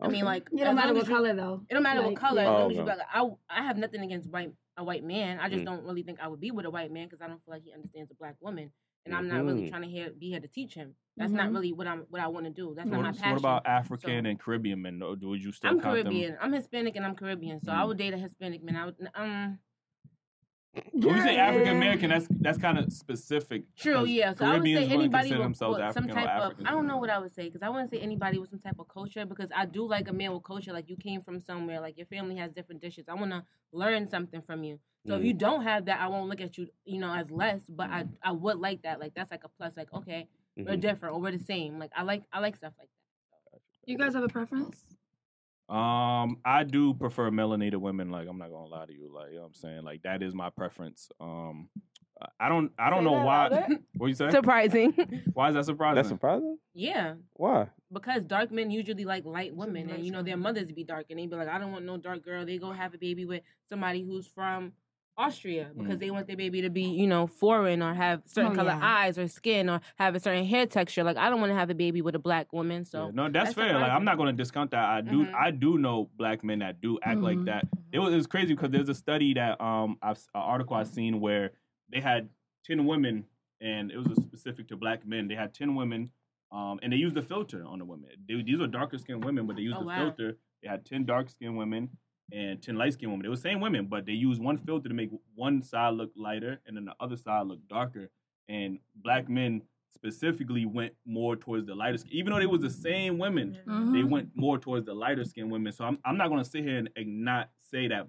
E: I mean,
B: Okay.
E: like,
F: It
E: as
F: don't matter
E: long as
F: what
E: you-
F: color though.
E: It don't matter
F: Like,
E: what color.
F: yeah.
E: As
B: Oh,
E: long as you
B: okay.
E: black. I I have nothing against white a white man. I just
B: Mm.
E: don't really think I would be with a white man because I don't feel like he understands a black woman, and I'm not really
B: Mhm.
E: trying to hear, be here to teach him. That's not
F: Mhm.
E: really what I'm what I want to do. That's not my
A: What, so
E: passion.
A: what about African
E: So-
A: and Caribbean men? though? Do would you still
E: I'm
A: count them?
E: Caribbean. I'm Hispanic and I'm Caribbean, so I
A: Mm.
E: would date a Hispanic man. I would um.
A: When we say African American, that's that's kind of specific.
E: True,
A: 'cause
E: yeah. So I would
A: Caribbeans
E: say
A: wouldn't
E: anybody
A: consider
E: with,
A: themselves
E: with some
A: African or
E: type of.
A: Africans.
E: I don't know what I would say because I wouldn't say anybody with some type of culture because I do like a man with culture. Like you came from somewhere. Like your family has different dishes. I want to learn something from you. So
A: Mm.
E: if you don't have that, I won't look at you, you know, as less. But I
A: Mm-hmm.
E: I would like that. Like that's like a plus. Like okay, we're different or we're the same. Like I like I like stuff like that.
H: You guys have a preference?
A: Um, I do prefer melanated women. Like, I'm not gonna lie to you. Like, you know what I'm saying? Like, that is my preference. Um, I don't, I don't
D: Say
A: know
D: that
A: why.
D: louder.
A: What you say?
G: Surprising.
A: Why is that surprising?
B: That's surprising.
E: Yeah,
B: Why?
E: because dark men usually like light women,
H: nice
E: and you know their mothers be dark, and they be like, I don't want no dark girl. They go have a baby with somebody who's from Austria because
A: Mm.
E: they want their baby to be, you know, foreign or have certain
H: Oh,
E: color
H: yeah.
E: eyes or skin or have a certain hair texture. Like I don't want to have a baby with a black woman.
A: Yeah,
E: So
A: no, that's,
E: that's
A: fair. Like, I'm
E: surprising.
A: not gonna discount that. I do,
E: Mhm.
A: I do know black men that do act like
H: Mhm.
A: that. It was, it was crazy because there's a study that um, I've an article I've seen where they had ten women, and it was specific to black men. They had ten women, um, and they used a filter on the women. They, these are darker skinned women, but they used
E: Oh,
A: a
E: wow.
A: filter. They had ten dark skinned women and ten light skinned women. They were same women, but they used one filter to make one side look lighter and then the other side look darker. And black men specifically went more towards the lighter skin, even though they was the same women
E: Mm-hmm.
A: they went more towards the lighter skinned women. So I'm, I'm not gonna sit here and, and not say that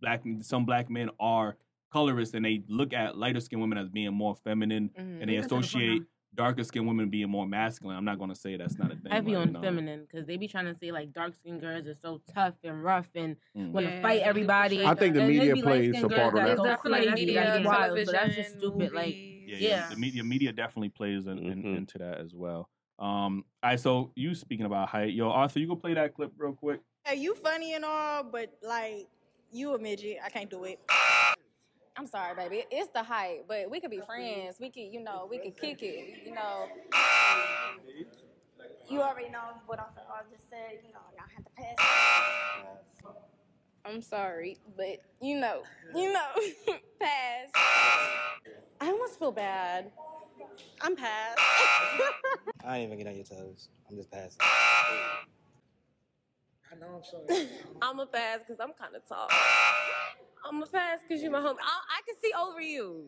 A: black some black men are colorist and they look at lighter skinned women as being more feminine
E: Mhm.
A: and they
H: Look at the
A: associate
H: banana.
A: darker skinned women being more masculine. I'm not gonna say that's not a thing.
E: Heavy
A: like,
E: on
A: you know.
E: feminine because they be trying to say like dark skinned girls are so tough and rough and
A: Mm.
E: want to
G: Yeah,
E: fight
G: they do
E: everybody.
G: portray I think
C: the
E: And they
C: media
E: be
C: plays
E: light-skinned
C: a
E: girls
C: part of
E: that
C: that.
E: go
G: I feel like
E: crazy,
G: media,
E: like,
G: television,
E: wild, but that's just stupid. Like
A: Yeah,
G: movies.
A: yeah,
E: Yeah.
A: The media media definitely plays in, in,
B: Mhm.
A: into that as well. Um, all right, so you speaking about height, yo, Arthur, you go play that clip real quick.
I: Hey, you funny and all, but like you a midget, I can't do it.
J: I'm sorry, baby. It's the hype, but we could be friends. We could, you know, we could kick it. You know,
I: You already know what I I just said. You know, y'all have to pass.
J: I'm sorry, but you know, you know, pass. I almost feel bad.
I: I'm past.
K: I ain't even get on your toes. I'm just passing.
L: I'm a pass because I'm kind of tall. I'm a pass because you're my homie. I, I can see over you.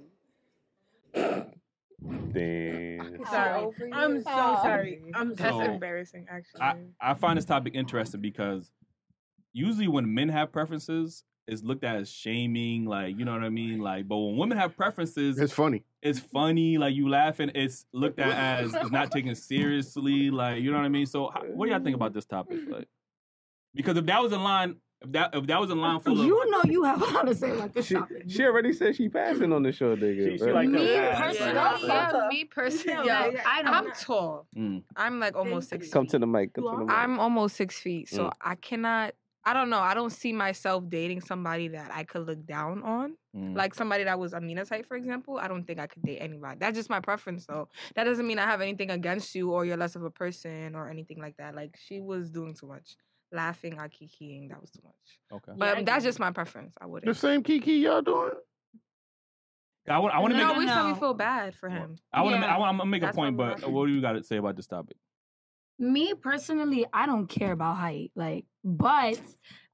B: Damn.
E: sorry,
J: over you.
E: I'm so
D: Oh.
E: sorry. I'm
G: That's
A: So-
E: sorry.
G: embarrassing, actually.
A: I, I find this topic interesting because usually when men have preferences, it's looked at as shaming, like you know what I mean, like. But when women have preferences,
C: It's funny.
A: it's funny, like you laughing. It's looked at as it's not taken seriously, like you know what I mean. So, how, what do y'all think about this topic? Like, because if that was a line, if that if that was a line full of
F: You know you have a lot to say about this
B: She,
F: topic.
B: she already said she passing on the show, nigga.
A: She- she
B: bro.
A: like
H: Me
A: Yeah.
H: personally,
A: Yeah.
H: yeah,
D: Yeah.
H: me personally,
G: Yeah.
H: yeah. I don't.
G: I'm tall.
A: Mm.
G: I'm like almost six.
B: Come
G: feet.
B: to the mic. Come to the mic.
G: I'm almost six feet, so
B: Mm.
G: I cannot. I don't know. I don't see myself dating somebody that I could look down on,
A: Mm.
G: like somebody that was Amina type, for example. I don't think I could date anybody. That's just my preference, though. That doesn't mean I have anything against you or you're less of a person or anything like that. Like she was doing too much, laughing, akikiing. That was too much.
A: okay.
G: But
E: I
G: that's
E: agree.
G: just my preference. I wouldn't.
C: The same Kiki y'all doing?
A: I want I want to
G: no,
A: make
G: we
H: No.
G: still we feel bad for him.
A: I want to
E: Yeah.
A: I want to make a
G: That's why
A: point,
G: we're
A: but
G: laughing.
A: what do you got to say about this topic?
F: Me personally, I don't care about height. Like, but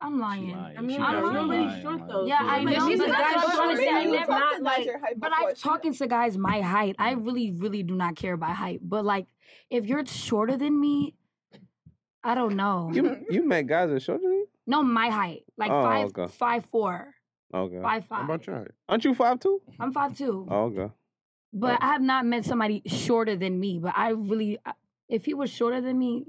F: I'm
A: She
F: lying.
A: lying.
E: I mean,
A: She
F: I'm
A: definitely
F: really
A: lying,
E: short,
A: lying.
E: though.
F: Yeah, I
E: But
F: know,
E: she's
F: but
E: not
F: that's
E: short,
F: what I'm
E: but
F: saying. I
E: you
F: never-
E: talk
F: not, like- But I'm talking to guys my height. I
A: Mm.
F: really, really do not care about height. But like, if you're shorter than me, I don't know.
B: you you met guys in short than you?
F: No, my height, like
B: Oh,
F: five,
B: okay.
F: five four,
B: Okay.
F: five
C: How
F: five.
C: about y'all?
B: Aren't you five two?
F: I'm five two,
B: Oh, okay.
F: but I have not met somebody shorter than me. But I really, I- if he was shorter than me,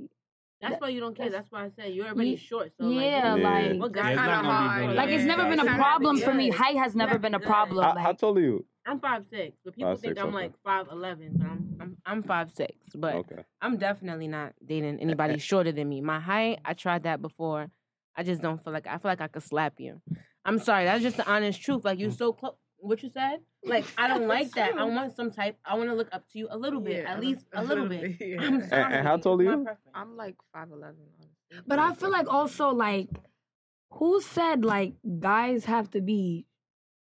E: That's why you don't care.
F: That's-
E: That's why I said you're already
F: Ye-
E: short. So
B: Yeah.
F: yeah, like,
E: What
A: Yeah,
E: guy?
A: it's not gonna be really
F: like it's
A: Yeah,
F: never been
A: that's
F: a
A: not
F: problem for me.
E: good.
F: Height has never
E: That's
F: been a
E: good.
F: problem.
B: I,
F: like,
B: I told you.
E: I'm five six, but people
B: Five,
E: think
B: six,
E: I'm
B: okay.
E: like five eleven. But I'm I'm I'm five six, but
B: Okay. Eh,
E: I'm definitely not dating anybody shorter than me. My height, I tried that before. I just don't feel like I feel like I could slap you. I'm sorry, that's just the honest truth. Like
B: Mm.
E: you're so close. What you said? Like I don't like that. I want some type. I want to look up to you a little bit,
G: Yeah,
E: at least a little bit.
G: yeah.
E: I'm sorry.
B: and how tall are
E: it's my
B: you?
E: preference.
G: I'm like five eleven.
F: But I feel like also like, who said like guys have to be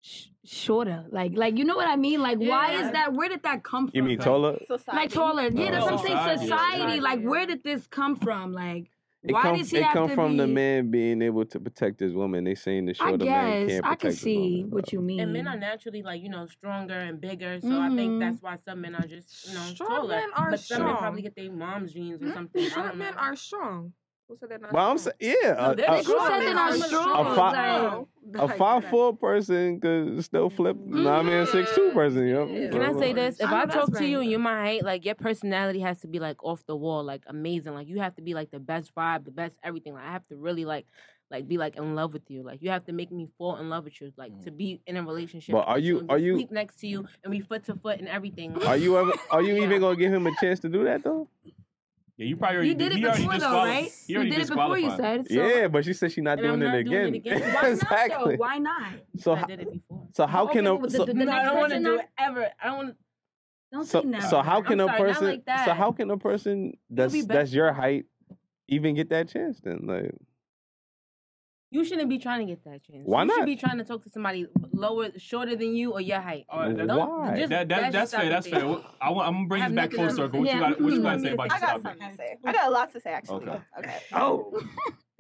F: sh- shorter? Like like you know what I mean? Like why
G: Yeah.
F: is that? Where did that come from?
B: You mean taller?
D: Society.
F: Like taller? Yeah, that's what I'm saying.
A: Society.
F: Society. Like
G: Society.
F: where did this come from? Like
B: It
F: Why
B: come,
F: does he
B: it
F: have
B: come
F: to
B: from the
F: be-
B: man being able to protect his woman. They saying the
F: I
B: shorter man
F: guess
B: can't protect
F: I can
B: his woman.
F: see what you mean.
E: And men are naturally like you know stronger and bigger, so I think that's why some men are just you know
G: Mm-hmm. Strong
E: taller.
G: men are
E: but some men
G: strong.
E: probably get their mom's genes or something. I
G: Short
E: don't
G: men
E: know.
G: are strong. Who said they're not
B: But I'm saying, yeah,
G: No,
B: a-
G: they're
B: a-
G: strong.
F: said they're not
G: I'm
F: strong,
B: A five,
G: No.
B: a
G: Like,
B: five four person could still flip. Nah, I mean, a six two person. You know? what I mean?
E: Can I say this? If
G: I know
E: I,
G: that's
E: talk to you
G: right.
E: and you're my height, like your personality has to be like off the wall, like amazing. Like you have to be like the best vibe, the best everything. Like I have to really like, like be like in love with you. Like you have to make me fall in love with you, like to be in a relationship.
B: Mm. But are
E: with
B: you-
E: and
B: are you-
E: sleep next to you and we foot to foot and everything? Like,
B: Are you ever? Are you even gonna give him a chance to do that though?
A: Yeah, you probably
F: You did it before though, right? You did it before you said. So.
B: yeah, but she said she's not
F: And I'm
B: doing
F: not
B: it
F: doing
B: again.
F: it again. Why not, though?
B: exactly.
F: Why not?
B: So
E: I
B: ho-
E: did it before.
B: so how
E: But
B: can
E: okay,
B: a
E: but
B: so,
E: the- the next
F: I don't wanna
E: person
F: do
E: not- ever. I don't want. Don't
B: so,
E: say never.
B: so how
E: I'm
B: can a
E: sorry, not
B: person
E: like that.
B: so how can a person that's
E: be
B: that's
E: best
B: your height even get that chance then? Like
E: You shouldn't be trying to get that chance.
B: Why
E: you
B: not?
E: should be trying to talk to somebody lower, shorter than you or your height.
A: All right, that-
E: Don't-
B: Why?
E: just-
A: That, that, that's
E: that's just
A: fair. That's fair.
E: everything.
A: What- I want, I'm gonna bring
E: I
A: this
E: have
A: back full
E: nothing else to
A: circle. What
E: say.
A: you
E: Yeah.
A: got? What you got to say
E: I
A: about
D: I
A: this
D: got
A: topic?
D: something to say. I got a lot to say actually.
A: Okay.
D: Okay.
B: oh,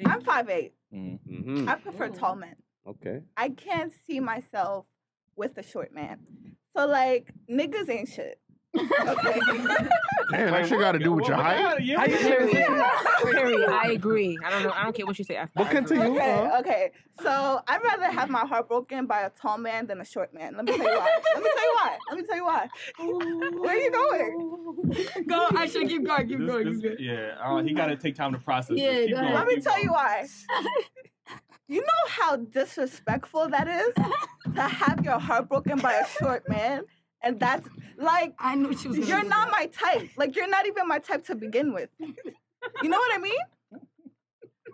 D: I'm five eight.
B: Mhm.
D: I prefer tall men.
B: okay.
D: I can't see myself with a short man. So like niggas ain't shit. Okay.
C: Man, that shit got to do with your height.
A: Yeah,
C: How you
E: Period.
D: Yeah.
E: Period. I agree. I don't know. I don't care what you say after. I agree.
D: Okay, okay. So I'd rather have my heart broken by a tall man than a short man. Let me tell you why. Let me tell you why. Let me tell you why. Where are you going?
F: Go. I should keep going. Keep
A: This-
F: going.
A: this-
F: keep going.
A: yeah, I don't- he got to take time to process. this.
F: Yeah,
A: Keep
F: go ahead.
A: going,
D: Let me
A: keep
D: tell
A: going.
D: you why. You know how disrespectful that is to have your heart broken by a short man, and that's like
F: I knew she was. gonna
D: you're
F: do
D: not
F: that.
D: my type. Like you're not even my type to begin with. You know what I mean?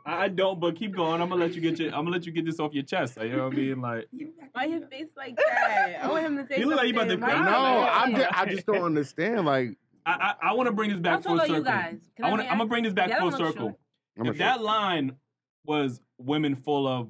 A: I I don't, but keep going. I'm gonna let you get your. I'm gonna let you get this off your chest. Like, you know what I mean? Like,
E: Why your face like that? I want him to say
A: You look like you about to
E: something. Why
A: cry.
E: you
C: No,
E: like that?
C: I'm just, I just don't understand. Like,
A: I I, I want to bring this back
E: I'm
A: full
E: talking about
A: circle.
E: you guys. Can
A: I
E: I
A: want.
E: react?
A: I'm gonna bring this back
E: Y'all
A: full
E: don't look
A: circle.
C: I'm a
A: if that line was women full of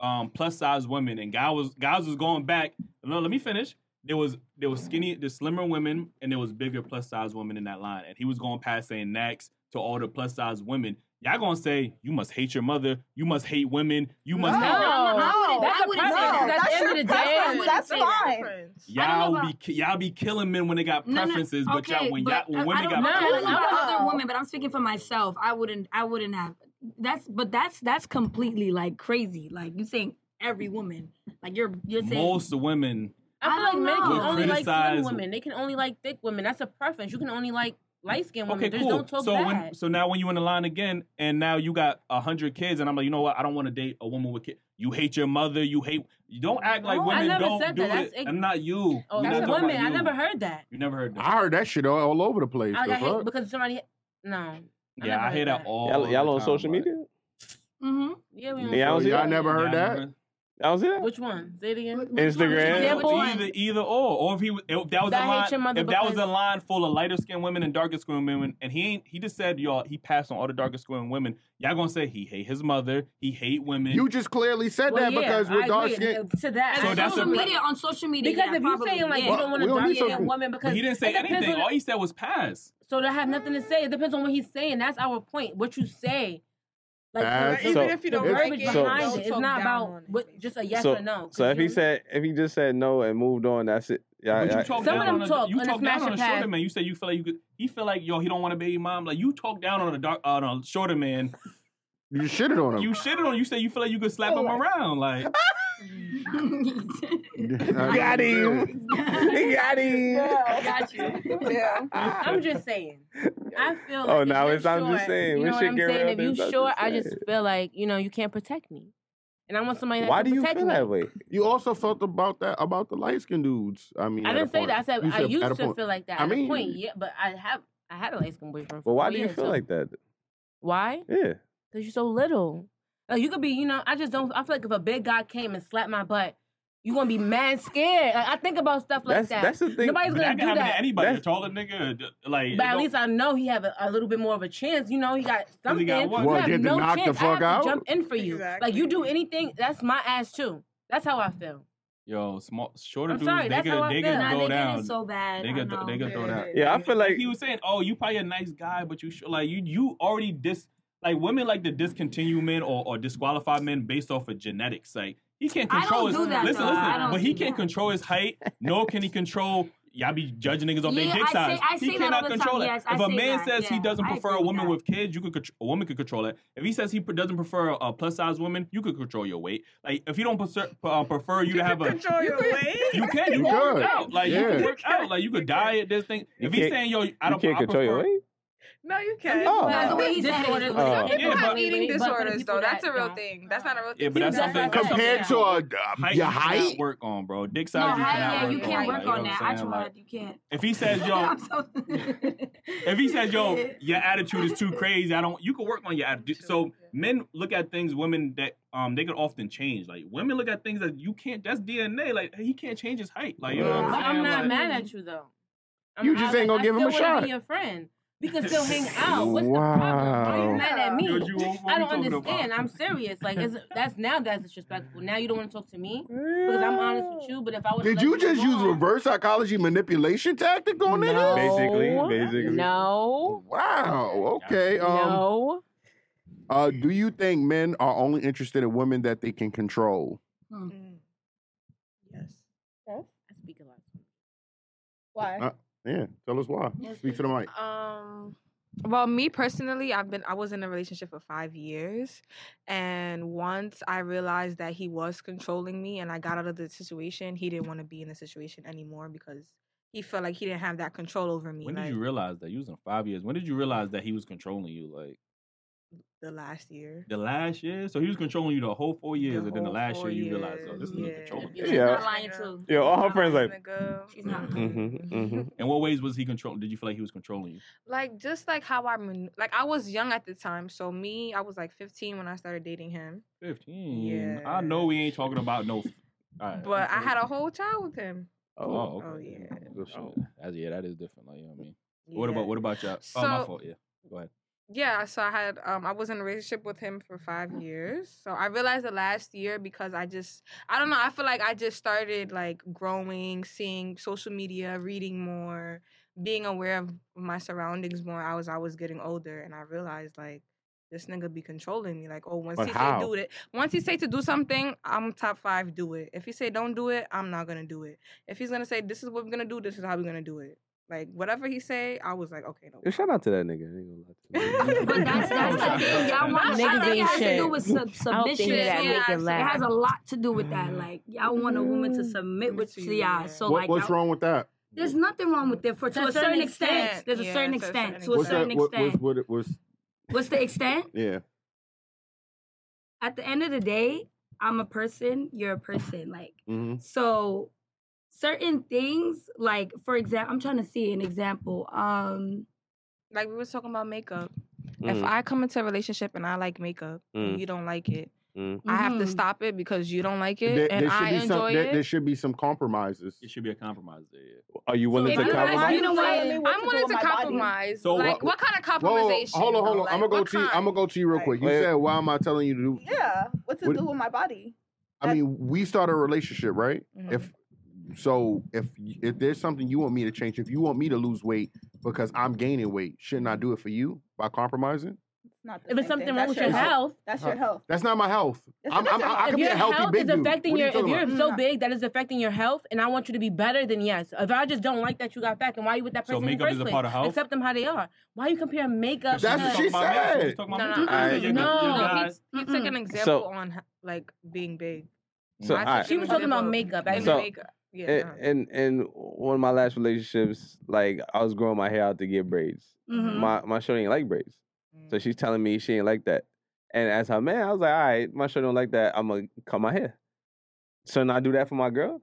A: um, plus size women and guy was guys was going back. No, let me finish. There was there was skinny, the slimmer women, and there was bigger plus size women in that line. And he was going past saying next to all the plus size women. Y'all gonna say you must hate your mother, you must hate women, you must.
E: No,
A: Hate
E: no, no,
D: No,
E: no. That's
D: I
E: a
D: wouldn't
E: preference.
D: say that.
E: At the
D: That's
E: end of
D: your
E: the day,
D: preference. That's
E: I wouldn't say that.
D: fine.
A: Y'all
F: about-
A: be ki- y'all be killing men when they got
F: No, no,
A: preferences, but y'all
F: okay,
A: when
F: but
A: y'all when
F: I- I
A: women
F: don't-
A: got
F: I'm
E: No,
F: talking about
D: no.
F: other women, but I'm speaking for myself. I wouldn't. I wouldn't have. That's but that's that's completely like crazy. Like you saying every woman. Like you're you're saying
A: most women.
E: I feel
F: I don't
E: like men can
F: know.
E: only like slim
A: Criticize-
E: women. They can only like thick women. That's a preference. You can only like light skinned women.
A: Okay,
E: There's
A: cool.
E: no talk
A: so
E: back.
A: when so now when you in the line again, and now you got a hundred kids, and I'm like, you know what? I don't want to date a woman with kids. You hate your mother. You hate. You don't act like
E: No, I
A: women
E: never
A: don't
E: said
A: do
E: that.
A: it.
E: That's ig-
A: I'm not you.
E: oh,
A: We're
E: that's
A: not
E: a
A: talking
E: woman.
A: about
E: I
A: you.
E: never heard that.
A: You never heard that.
C: I heard that shit all, all over the place.
E: I,
C: the
E: I hate
C: fuck?
E: because somebody. No. I
A: yeah,
E: never
A: I hear
E: heard
A: that
E: that.
A: all.
B: Y'all, y'all
A: the
B: on
A: time,
B: social
A: like-
B: media?
F: Mm-hmm.
E: Yeah, we
B: Mm, Yeah,
E: don't
B: I don't
C: So
B: see
C: y'all
B: that.
C: never
A: Y'all
C: heard that?
A: never-
B: Y'all see that?
E: Which one? Say it again.
B: Instagram.
A: Either,
F: Example one.
A: either, either or, or if he was- if that was
E: That
A: a
E: hate
A: line,
E: your mother
A: if that was a
E: because-
A: line full of lighter skinned women and darker skinned women, and he ain't, he just said y'all, he passed on all the darker skinned women. Y'all gonna say he hate his mother, he hate women.
C: You just clearly said
E: Well,
C: that
E: yeah,
C: because
E: I
C: we're dark
E: agree.
C: skinned.
E: To that,
A: So
E: I
A: that's a-
F: social
E: totally-
F: media on social media.
E: Because
F: yeah,
E: if you're
F: probably,
E: saying like
F: yeah.
E: you don't want
C: we
E: to
C: don't need
E: dominate a
C: social-
E: woman because
A: but he didn't say
E: it depends
A: anything.
E: on-
A: all he said was pass.
E: So that have nothing to say. It depends on what he's saying. That's our point. What you say.
C: That's-
B: Even
E: so-
B: if
C: you don't
E: the
C: like
E: verbiage
B: it,
E: behind
B: don't
E: it, it's
G: talk
E: not
G: down
E: about
G: on it,
E: what, just a yes
B: so,
E: or no.
B: So
E: 'cause
B: if
E: you
B: he
E: know-
B: said if he just said no and moved on, that's it. Yeah,
A: But
B: yeah.
A: you talk
E: Some of
A: down
E: them
A: on
E: talk
A: a, you
E: on a
A: talk down
E: smash
A: on a
E: and
A: shorter
E: pass.
A: man. You say you feel like you could. He feel like yo, he don't want a baby mom. Like you talk down on a dark on a shorter man.
C: You shitted on
A: You
C: him.
A: shitted on. You say you feel like you could
E: Oh,
A: slap him around. Like
B: got him. he got Ah. him.
F: Got you.
D: Yeah.
E: I'm just saying. I feel like
B: Oh,
E: if
B: now
E: you're
B: it's- I'm just
E: short-
B: saying,
E: You
B: we
E: know what
B: should
E: I'm
B: get rid
E: saying?
B: of
E: If you
B: this, I'm
E: short,
B: just
E: I just
B: saying.
E: feel like you know you can't protect me, and I want somebody that
B: Why
E: can
B: do you
E: protect
B: feel
E: me.
B: that way?
C: You also felt about that about the light skinned dudes. I mean,
E: I
C: at a
E: didn't say
C: point.
E: that. I said,
C: You
E: I
C: at a
E: used to
C: point.
E: feel like that.
C: I
E: at
C: mean-
E: a point, yeah, but I have I had a light skin boyfriend. For
B: But why
E: four
B: do you
E: years,
B: feel
E: Oh, so-
B: like that?
E: Why?
B: Yeah.
E: Because you're so little. Like you could be, you know, I just don't. I feel like if a big guy came and slapped my butt, you gonna be mad scared. Like, I think about stuff like
B: That's-
E: that.
B: that's the thing.
E: Nobody's
A: but
E: gonna
A: that can
E: do
A: happen to
E: that.
A: anybody.
B: That's-
A: a taller nigga, or d- like.
E: But
A: it
E: at
A: don't-
E: least I know he have a, a little bit more of a chance. You know, he got
A: he
E: something.
A: got what?
E: You
C: What,
E: have
C: get to
E: no
C: knock the
E: chance.
C: fuck
E: I have
C: out?
E: to jump in for you. Like you do anything, that's my ass too. That's how I feel.
A: yo, small shorter
E: I'm
A: dudes.
E: sorry,
A: they
E: that's how
A: could
E: I
A: they
E: feel.
A: could
E: Nah,
A: go
F: they
A: down.
F: getting so bad.
A: They
F: I
A: could
F: know.
A: they could throw down.
B: Yeah, I feel like
A: he was saying, oh, you probably a nice guy, but you sh- like you you already dis like women like to discontinue men or, or disqualify men based off of genetics. Like he can't
F: I don't
A: control his
F: do that,
A: listen,
F: though.
A: listen,
F: I don't
A: but
F: do
A: he can't control his height. Nor can he control. Y'all be judging niggas off
F: Yeah,
A: their dick
F: I say-
A: size. he
F: I say that
A: cannot
F: all the
A: control
F: time.
A: it.
F: Yes, I
A: if a
F: say
A: man
F: that.
A: says he
F: Yeah,
A: doesn't
F: I
A: prefer
F: agree
A: a
F: with
A: woman
F: that.
A: with kids, you could contr- a woman could control it. If he says he pr- doesn't prefer a plus size woman, you could control your weight. Like if you don't prefer, uh, prefer you, to have a
G: Control your weight.
A: you can. You can
G: You
A: work
G: could.
A: out. Like you
G: Yeah.
A: can work out. Like you could diet this thing.
B: You
A: If he's
B: can't-
A: saying yo, I
B: you
A: don't
B: can't
A: I
B: control your
A: prefer-
B: weight?
G: No, you can.
B: people Oh. have
G: way he said it.
B: disorders. Oh.
G: Some people
B: Yeah,
G: have
B: but-
G: eating
B: but- but
G: disorders,
B: people
G: though. That's
B: that
G: a real thing. That's not a real thing.
A: Yeah, but that's something that's
C: Compared
A: something-
C: to a, uh,
A: Height
C: your
A: you cannot
C: height.
A: work on, bro. Dick
F: No,
A: size you
F: height,
A: cannot
F: yeah,
A: work
F: you
A: on.
F: can't
A: like,
F: work
A: you know
F: on
A: what
F: that.
A: I'm
F: I
A: saying? Like,
F: tried. You can't.
A: if he says yo,
F: I'm so.
A: if he says yo, your attitude is too crazy, I don't. You can work on your attitude. So men look at things women that um they could often change. Like women look at things that you can't. That's DNA. Like he can't change his height. Like you know what I'm
E: But
A: saying?
E: I'm not
A: Like-
E: mad at you though. I'm
A: You
E: not-
A: just ain't gonna
E: I
A: give him a
E: still wanna
A: shot.
E: Be your friend. We can still hang out. What's the problem? Why are
C: Wow.
E: you mad at me?
C: Yo, you- what
E: I
C: we
E: don't
C: talking about?
E: understand. I'm serious. Like is, that's now that's disrespectful. Now you don't want to talk to me because I'm honest with you. But if I would,
C: Did you just use reverse psychology manipulation tactic on niggas?
E: Basically,
B: basically.
E: No.
C: Wow. Okay. Um,
E: No.
C: Uh, do you think men are only interested in women that they can control?
G: Yes.
J: Yes.
E: I speak a lot.
J: Why?
C: Uh, yeah. Tell us why. Speak to the mic.
G: Um, well, me personally, I've been I was in a relationship for five years, and once I realized that he was controlling me, and I got out of the situation, he didn't want to be in the situation anymore because he felt like he didn't have that control over me.
A: When
G: like
A: did you realize that? You was in five years. When did you realize that he was controlling you? Like
G: the last year?
A: the last year? So he was controlling you the whole four years, and then the
G: whole
A: last
G: four
A: year you realized, oh, this nigga controlling me.
B: She's Yeah. not
E: lying too.
B: Yeah, all her friends like.
G: She's not.
B: Mm-hmm, mm-hmm.
A: In what ways was he controlling? Did you feel like he was controlling you?
G: like just like how I man- like I was young at the time, so me I was like 15 when I started dating him,
A: Fifteen. I know we ain't talking about no. All right.
G: but I had a whole child with him.
A: Oh,
G: Oh,
A: okay.
G: yeah.
A: Oh, that's, yeah, that is different. Like, you know what I mean? What about what about y'all? oh, my
G: So-
A: fault. Yeah. Go ahead.
G: Yeah, so I had um I was in a relationship with him for five years. So I realized the last year because I just I don't know, I feel like I just started like growing, seeing social media, reading more, being aware of my surroundings more. I was I was getting older and I realized like this nigga be controlling me. Like, oh once
C: But
G: he
C: how?
G: say do it once he say to do something, I'm top five, do it. If he say don't do it, I'm not gonna do it. If he's gonna say this is what we're gonna do, this is how we're gonna do it. Like whatever he say, I was like, okay, no.
B: Yo, Shout out to that nigga. I ain't gonna lie.
F: But that's that's the thing. Y'all want
G: Niggas
F: I think it
G: ain't
F: has to
G: shit.
F: do with
G: I
F: sub-
G: hope they
F: submission.
G: hear that make it
F: it
G: laugh.
F: has a lot to do with
B: Mm-hmm.
F: that. Like y'all want a woman to submit with to y'all. So
C: what,
F: like
C: what's
F: y'all-
C: wrong with that?
F: There's nothing wrong with it for to, a certain extent. There's
G: yeah,
F: a certain
G: to a certain
F: extent. To a
C: what's
F: certain
C: that? What,
F: extent.
C: what's, what it was?
F: What's the extent?
C: Yeah.
F: At the end of the day, I'm a person. You're a person. Like
C: Mm-hmm.
F: So certain things, like for example, I'm trying to see an example. Um,
G: like we were talking about makeup. If
F: Mm.
G: I come into a relationship and I like makeup,
C: Mm.
G: and you don't like it. I have to
F: Mhm.
G: stop it because you don't like it,
C: There,
G: and
C: there should
G: I
C: be some.
G: enjoy
C: There,
G: it.
C: there should be some compromises.
A: It should be a compromise there.
B: Are you willing
G: If
B: to
G: you
B: compromise?
G: like, you know what?
J: telling me what to
G: I'm
J: do
G: willing
J: with
G: to
J: my body.
G: compromise.
C: So
G: like,
C: what-
G: what, kind of
C: Whoa, whoa,
G: compromisation?
C: hold on, hold
G: though?
C: on.
G: Like,
C: I'm gonna go
G: what
C: to you.
G: kind?
C: I'm gonna go to you real quick. You
B: Wait.
C: said, "Why am I telling you to do?"
D: Yeah. What to
C: What-
D: do with my body?
C: I mean, we start a relationship, right? If so, if if there's something you want me to change, if you want me to lose weight because I'm gaining weight, shouldn't I do it for you by compromising?
D: It's not the
E: If it's
D: same
E: something
D: thing.
E: wrong
D: That's
E: with your health,
D: That's your health.
C: That's not my health.
D: Yes,
C: I'm,
D: it is
C: I'm,
D: your
C: I, I
D: health.
C: can
E: if
C: be
E: your
C: a healthy
E: health
C: big
E: is
C: dude.
E: affecting
C: What are
E: your,
C: you
E: if
C: talking
E: you're
C: about?
E: so big that is affecting your health, and I want you to be better, then yes. If I just don't like that you got fat, then why you with that
A: So
E: person in the
A: makeup
E: first
A: is a
E: place?
A: part of health?
E: Accept them how they are. Why you compare makeup?
C: That's
E: to-
C: what she said.
A: talking
G: no,
A: about
G: no,
A: makeup. I said, you're
G: no,
A: good, you're
G: no.
A: good.
G: He's, he took an example on h- like being big.
B: So,
G: I took
B: alright.
G: an
E: She was talking about
G: example
E: makeup. I
G: in
B: So-
G: makeup. uh, Yeah. no.
B: And, and and one of my last relationships, like I was growing my hair out to get braids.
F: Mhm.
E: Mm-hmm.
B: My my shirt ain't like braids, so she's telling me she ain't like that. And as her man, I was like, all right, my shirt don't like that. I'm gonna cut my hair. So now I do that for my girl.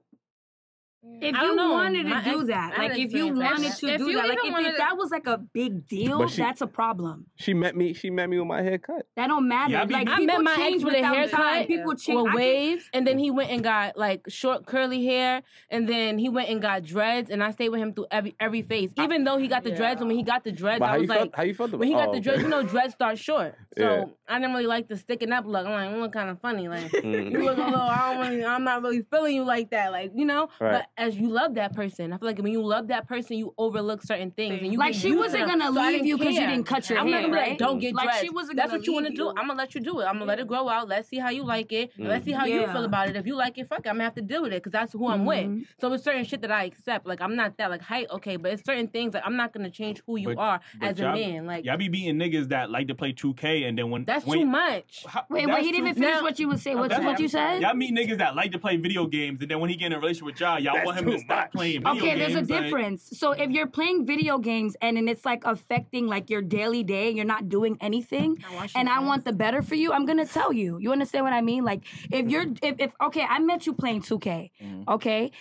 F: if
E: I don't
F: you
E: know.
F: wanted to
E: My
F: do
E: ex-
F: that,
E: I had
F: like if you
E: experience like
F: wanted
E: that.
F: to
E: If
F: do
E: you
F: that, like
E: even
F: if,
E: wanted
F: if
E: to-
F: that was like a big deal,
B: But she-
F: that's a problem.
B: She met me. She met me with my hair cut.
F: That don't matter.
B: Yeah, I be-
F: like
E: I
F: people
E: met my
F: change
E: ex with a
F: without time.
E: haircut,
F: People change. I
E: with
F: can-
E: waves, and then he went and got like short curly hair, and then he went and got dreads, and I stayed with him through every every phase. Even though he got the dreads, and when he got the dreads,
B: But
E: I
B: how
E: was
B: you
E: like,
B: felt? How you felt about?
E: when he got
B: oh,
E: the dreads, you
B: okay.
E: know, dreads start short, so
B: Yeah.
E: I didn't really like the sticking up look. I'm like, mm, kind of funny, like
B: Mm.
E: you look a little. I don't really, I'm not really feeling you like that, like you know.
B: Right.
E: But as you love that person. I feel like when you love that person, you overlook certain things, and you
F: Like,
E: get
F: she
E: used
F: wasn't
E: to-
F: gonna
E: So I
F: leave
E: didn't
F: you 'cause you
E: care.
F: didn't cut your
E: I'm not
F: hair,
E: gonna be like,
F: right?
E: Don't get
F: Like,
E: dressed.
F: she wasn't
E: That's
F: gonna
E: what you want to
F: leave
E: do.
F: you.
E: I'm gonna let you do it. I'm gonna let it grow out. Let's see how you like it.
B: Mm-hmm.
E: and Let's see how you
F: Yeah.
E: feel about it. If you like it, fuck. it. I'm gonna have to deal with it because that's who I'm with.
F: Mhm.
E: So it's certain shit that I accept. Like I'm not that like height, okay, but it's certain things like I'm not gonna change who you
A: But-
E: are
A: but
E: as a
A: y'all-
E: man. Like
A: y'all be beating niggas that like to play 2K and then when
E: that's
A: when,
E: too much.
F: Wait, wait,
A: that's
F: he didn't
A: too-
F: even finish
A: Now-
F: what you would say. What's
A: That's
F: what you said?
A: Y'all meet niggas that like to play video games, and then when he get in a relationship with y'all, y'all want him to stop playing video
F: okay,
A: games.
F: there's a
A: like-
F: difference. so if you're playing video games and then it's like affecting like your daily day, you're not doing anything, and I want the better for you, I'm gonna tell you. You understand what I mean? Like if you're if, if okay, I met you playing 2K, okay,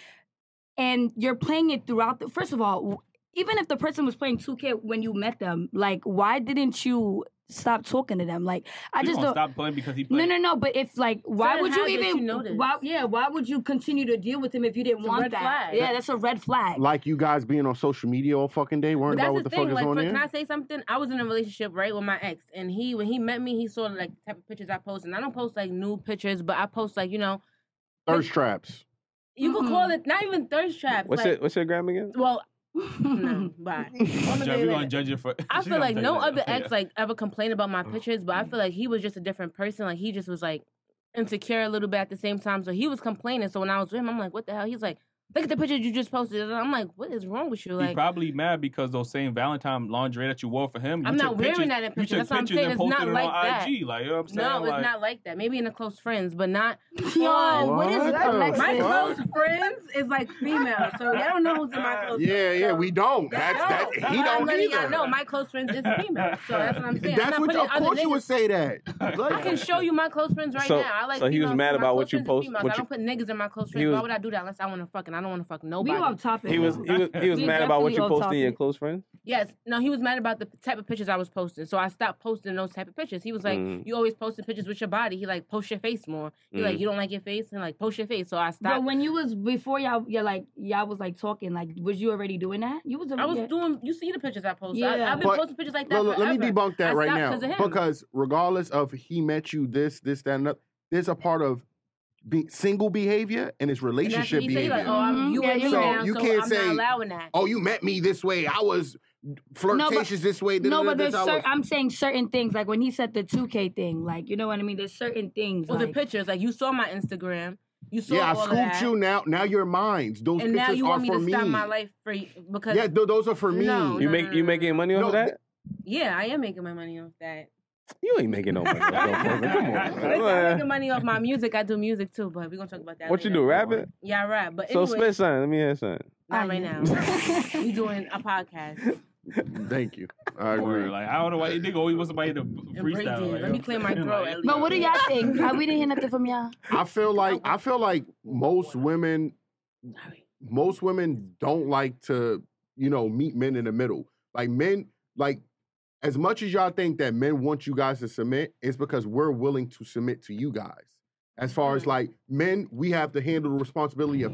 F: and you're playing it throughout. The, first of all, w- even if the person was playing 2K when you met them, like why didn't you stop talking to them? Like I
A: He
F: just
A: gonna
F: don't.
A: stop playing because he played.
F: No, no, no. But if like, why
E: Certain
F: would you
E: habits
F: even?
E: you notice.
F: why, yeah, why would you continue to deal with him if you didn't
E: a
F: want
E: red
F: that?
E: flag.
F: Yeah, that's a red flag.
C: Like you guys being on social media all fucking day,
E: But
C: worrying
E: that's
C: about what the, fuck
E: thing.
C: is
E: like,
C: on
E: for-
C: there.
E: can I say something? I was in a relationship right with my ex, and he when he met me, he saw like the type of pictures I post, and I don't post like nude pictures, but I post like you know
C: Thirst traps.
E: you could
A: Mm-hmm.
E: call it not even thirst traps.
B: What's
E: like,
B: your What's your gram again?
E: Well, no, bye. I'm gonna
A: Judge-
E: tell
A: we
E: you
A: gonna
E: later.
A: judge you for.
E: I
A: she
E: feel
A: gonna
E: like
A: tell you
E: no
A: later.
E: other ex
A: Yeah.
E: like ever complained about my pictures, but I feel like he was just a different person. Like he just was like insecure a little bit at the same time. So he was complaining. So when I was with him, I'm like, what the hell? He's like, look at the pictures you just posted. And I'm like, what is wrong with you?
A: he
E: Like
A: probably mad because those same Valentine lingerie that you wore for him. You
E: I'm
A: took
E: not wearing
A: pictures,
E: that in
A: You
E: picture.
A: took
E: That's what I'm
A: pictures
E: saying.
A: and
E: It's
A: posted
E: not
A: it
E: like
A: on
E: that.
A: IG. Like you know what I'm saying?
E: No, it's
A: Like,
E: not like that. Maybe in the close friends, but not.
F: Yo,
A: what is What that, the Alexis?
E: My
A: fuck?
E: close friends is like female, so y'all don't know who's in my close.
C: Yeah, yeah, we don't. That's that.
E: No,
C: He
E: I'm
C: don't
E: letting
C: either.
E: y'all know my close friends is female, so that's what I'm saying.
C: That's
E: I'm
C: what.
E: not
C: Of
E: putting other
C: course, you
E: niggas-
C: would say that.
E: I can show you my close friends right
B: So-
E: now. I like
B: so he was
E: females,
B: mad
E: my
B: about
E: close
B: what you
E: friends is
B: post-
E: females.
B: what
E: I
B: you-
E: don't put niggas in my close
B: he
E: friends.
B: was-
E: Why would I do that unless I want to fuck and I don't want to fuck nobody?
F: off topic.
B: He was he was he was
E: We
B: mad about what you
E: definitely
B: posted
E: off
B: in your
E: topic.
B: close friends.
E: Yes. No, he was mad about the type of pictures I was posting. So I stopped posting those type of pictures. He was like,
B: Mm.
E: You always posting pictures with your body. He like post your face more. He
B: Mm.
E: like, You don't like your face? And like post your face. So I
F: But
E: stopped
F: when you was before y'all, you're like y'all was like talking. Like, was you already doing that? You was.
E: I was
F: already-
E: doing you see the pictures I post. I,
F: Yeah.
E: have been
C: But-
E: posting pictures like that.
C: Look, look, let me
E: forever.
C: debunk that
E: I
C: right
E: stopped
C: now
E: 'cause of him.
C: because regardless of he met you this, this, that, and that, there's a part of be, single behavior and it's
E: And that's
C: relationship
E: what he said, he
C: behavior.
E: like, Oh, I'm, you
C: Yeah,
E: and me
C: so
E: now,
C: you
E: so
C: can't
E: I'm
C: say,
E: not allowing that.
C: Oh, you met me this way. I was flirtatious this way.
F: No, but
C: this,
F: there's.
C: I
F: Cer-
C: was-
F: I'm saying certain things. Like when he said the 2K thing. Like you know what I mean. There's certain things.
E: Well, the
F: like,
E: pictures, like you saw my Instagram, you saw
C: yeah, I
E: all of
C: scooped
E: that,
C: you now. Now you're mine. Those
E: and
C: pictures
E: now you
C: are
E: want me
C: for
E: to
C: me.
E: stop my life for you because
C: yeah, th- those are for me.
E: No,
B: You make you making money off
C: No,
B: of that?
E: yeah, I am making my money off that.
B: You ain't making no money. off no fucking- Come on,
E: Listen, I'm making
B: man.
E: money off my music. I do music too, but we're gonna talk about that.
B: What you
E: later.
B: do, rap it?
E: Yeah, I rap. But
B: So
E: anyway,
B: spit something. Let me hear something.
E: not right now. we doing a podcast.
C: Thank you. I agree.
A: Like I don't know why you nigga always wants somebody to freestyle.
E: breakdance.
A: like,
E: Let me clear my throat,
A: like,
E: Ellie.
F: But what do y'all think? Uh, we didn't hear nothing from y'all.
C: I feel like I feel like most women, most women don't like to you know meet men in the middle. Like men, like as much as y'all think that men want you guys to submit, it's because we're willing to submit to you guys. As far as like men, we have to handle the responsibility of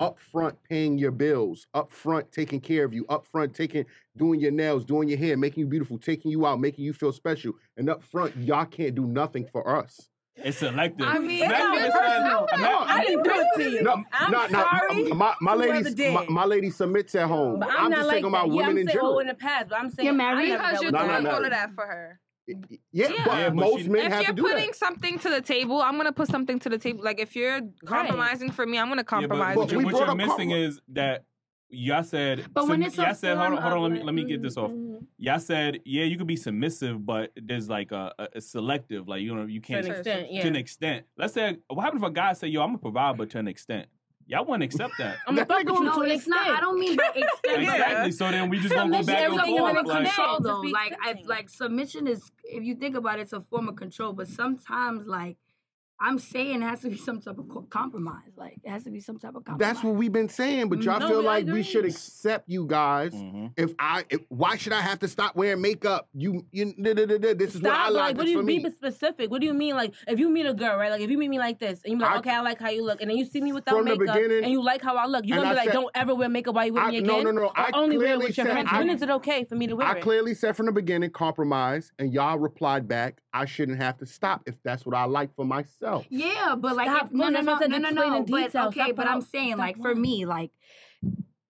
C: upfront paying your bills, upfront taking care of you, upfront taking doing your nails, doing your hair, making you beautiful, taking you out, making you feel special. And upfront, y'all can't do nothing for us.
A: It's selective.
E: I mean,
A: That
E: it's not
A: nigga said-
E: personal.
A: I'm
E: No,
A: not-
E: I didn't do it to you.
C: No,
E: I'm
C: no, no.
E: sorry.
C: My, my
E: to
C: lady,
E: whoever did.
C: my, my lady submits at home.
E: But I'm,
C: just
E: not like
C: thinking
E: that.
C: about
E: Yeah, I'm
C: women in
E: saying,
C: general.
E: oh, in the past, but I'm saying
F: You're married?
E: I never
G: Because
E: dealt
G: you're
E: with
C: No,
G: doing
C: no, no.
G: all of that for her.
C: yeah,
G: Yeah.
C: but
G: Yeah,
A: but
C: most
A: she-
C: men
G: If
C: have to
G: you're
C: do
G: putting something to the table, I'm gonna put something to the table. Like if you're compromising for me, I'm gonna
A: Yeah, but-
G: compromise.
A: but
G: with you.
C: we
A: what
C: brought
A: you're
C: up
A: missing
C: karma.
A: is that y'all said.
F: But when it's a
A: y'all said, hold on,
F: form
A: hold on.
F: of
A: Let me
F: like-
A: let me get this off.
F: Mhm.
A: Y'all said, yeah, you could be submissive, but there's like a, a, a selective, like you know, you can't
E: To an extent,
A: To
E: yeah.
A: an extent. Let's say, what happens if a guy say, yo, I'm gonna provide, but to an extent, y'all wouldn't accept that.
E: I'm gonna fuck with you
F: No,
E: to an
F: it's not. I
E: extent.
F: don't mean by extent.
A: exactly. So then we just gonna go back and
F: Submission is a
A: forth.
F: form of
A: Like,
F: control, though.
E: Just be
F: Like, I, like submission is, if you think about it, it's a form of control. But sometimes, like, I'm saying, it has to be some type of co- compromise. Like, it has to be some type of compromise.
C: That's what we've been saying, but y'all
E: No,
C: feel
E: we- I
C: like we
E: agree.
C: should accept you guys.
A: Mm-hmm.
C: If I, if, why should I have to stop wearing makeup? You, you, da, da, da, da, this is
E: Stop,
C: what I
E: but,
C: like.
E: like, what
C: this
E: do you
C: for
E: mean
C: me.
E: specific? What do you mean, like, if you meet a girl, right? Like, if you meet me like this, and you're like,
C: I-
E: okay, I like how you look, and then you see me without
C: From the
E: makeup,
C: beginning-
E: and you like how I look, you're
C: and
E: gonna be
C: I
E: like,
C: said-
E: don't ever wear makeup while you with
C: I-
E: me
C: no,
E: again.
C: no, no,
E: Or
C: I
E: only wear it
C: clearly
E: with your
C: said
E: friends.
C: I-
E: when is it okay for me to wear
C: I
E: it?
C: clearly said from the beginning compromise, and y'all replied back, I shouldn't have to stop if that's what I like for myself.
F: Yeah, but like
E: Stop.
F: if, no,
E: No,
F: no,
E: that's
F: no,
E: what I said,
F: no, no, no.
E: explain in
F: But
E: detail.
F: okay,
E: Step
F: but
E: out.
F: I'm saying
E: Step
F: like for
E: one.
F: me, like,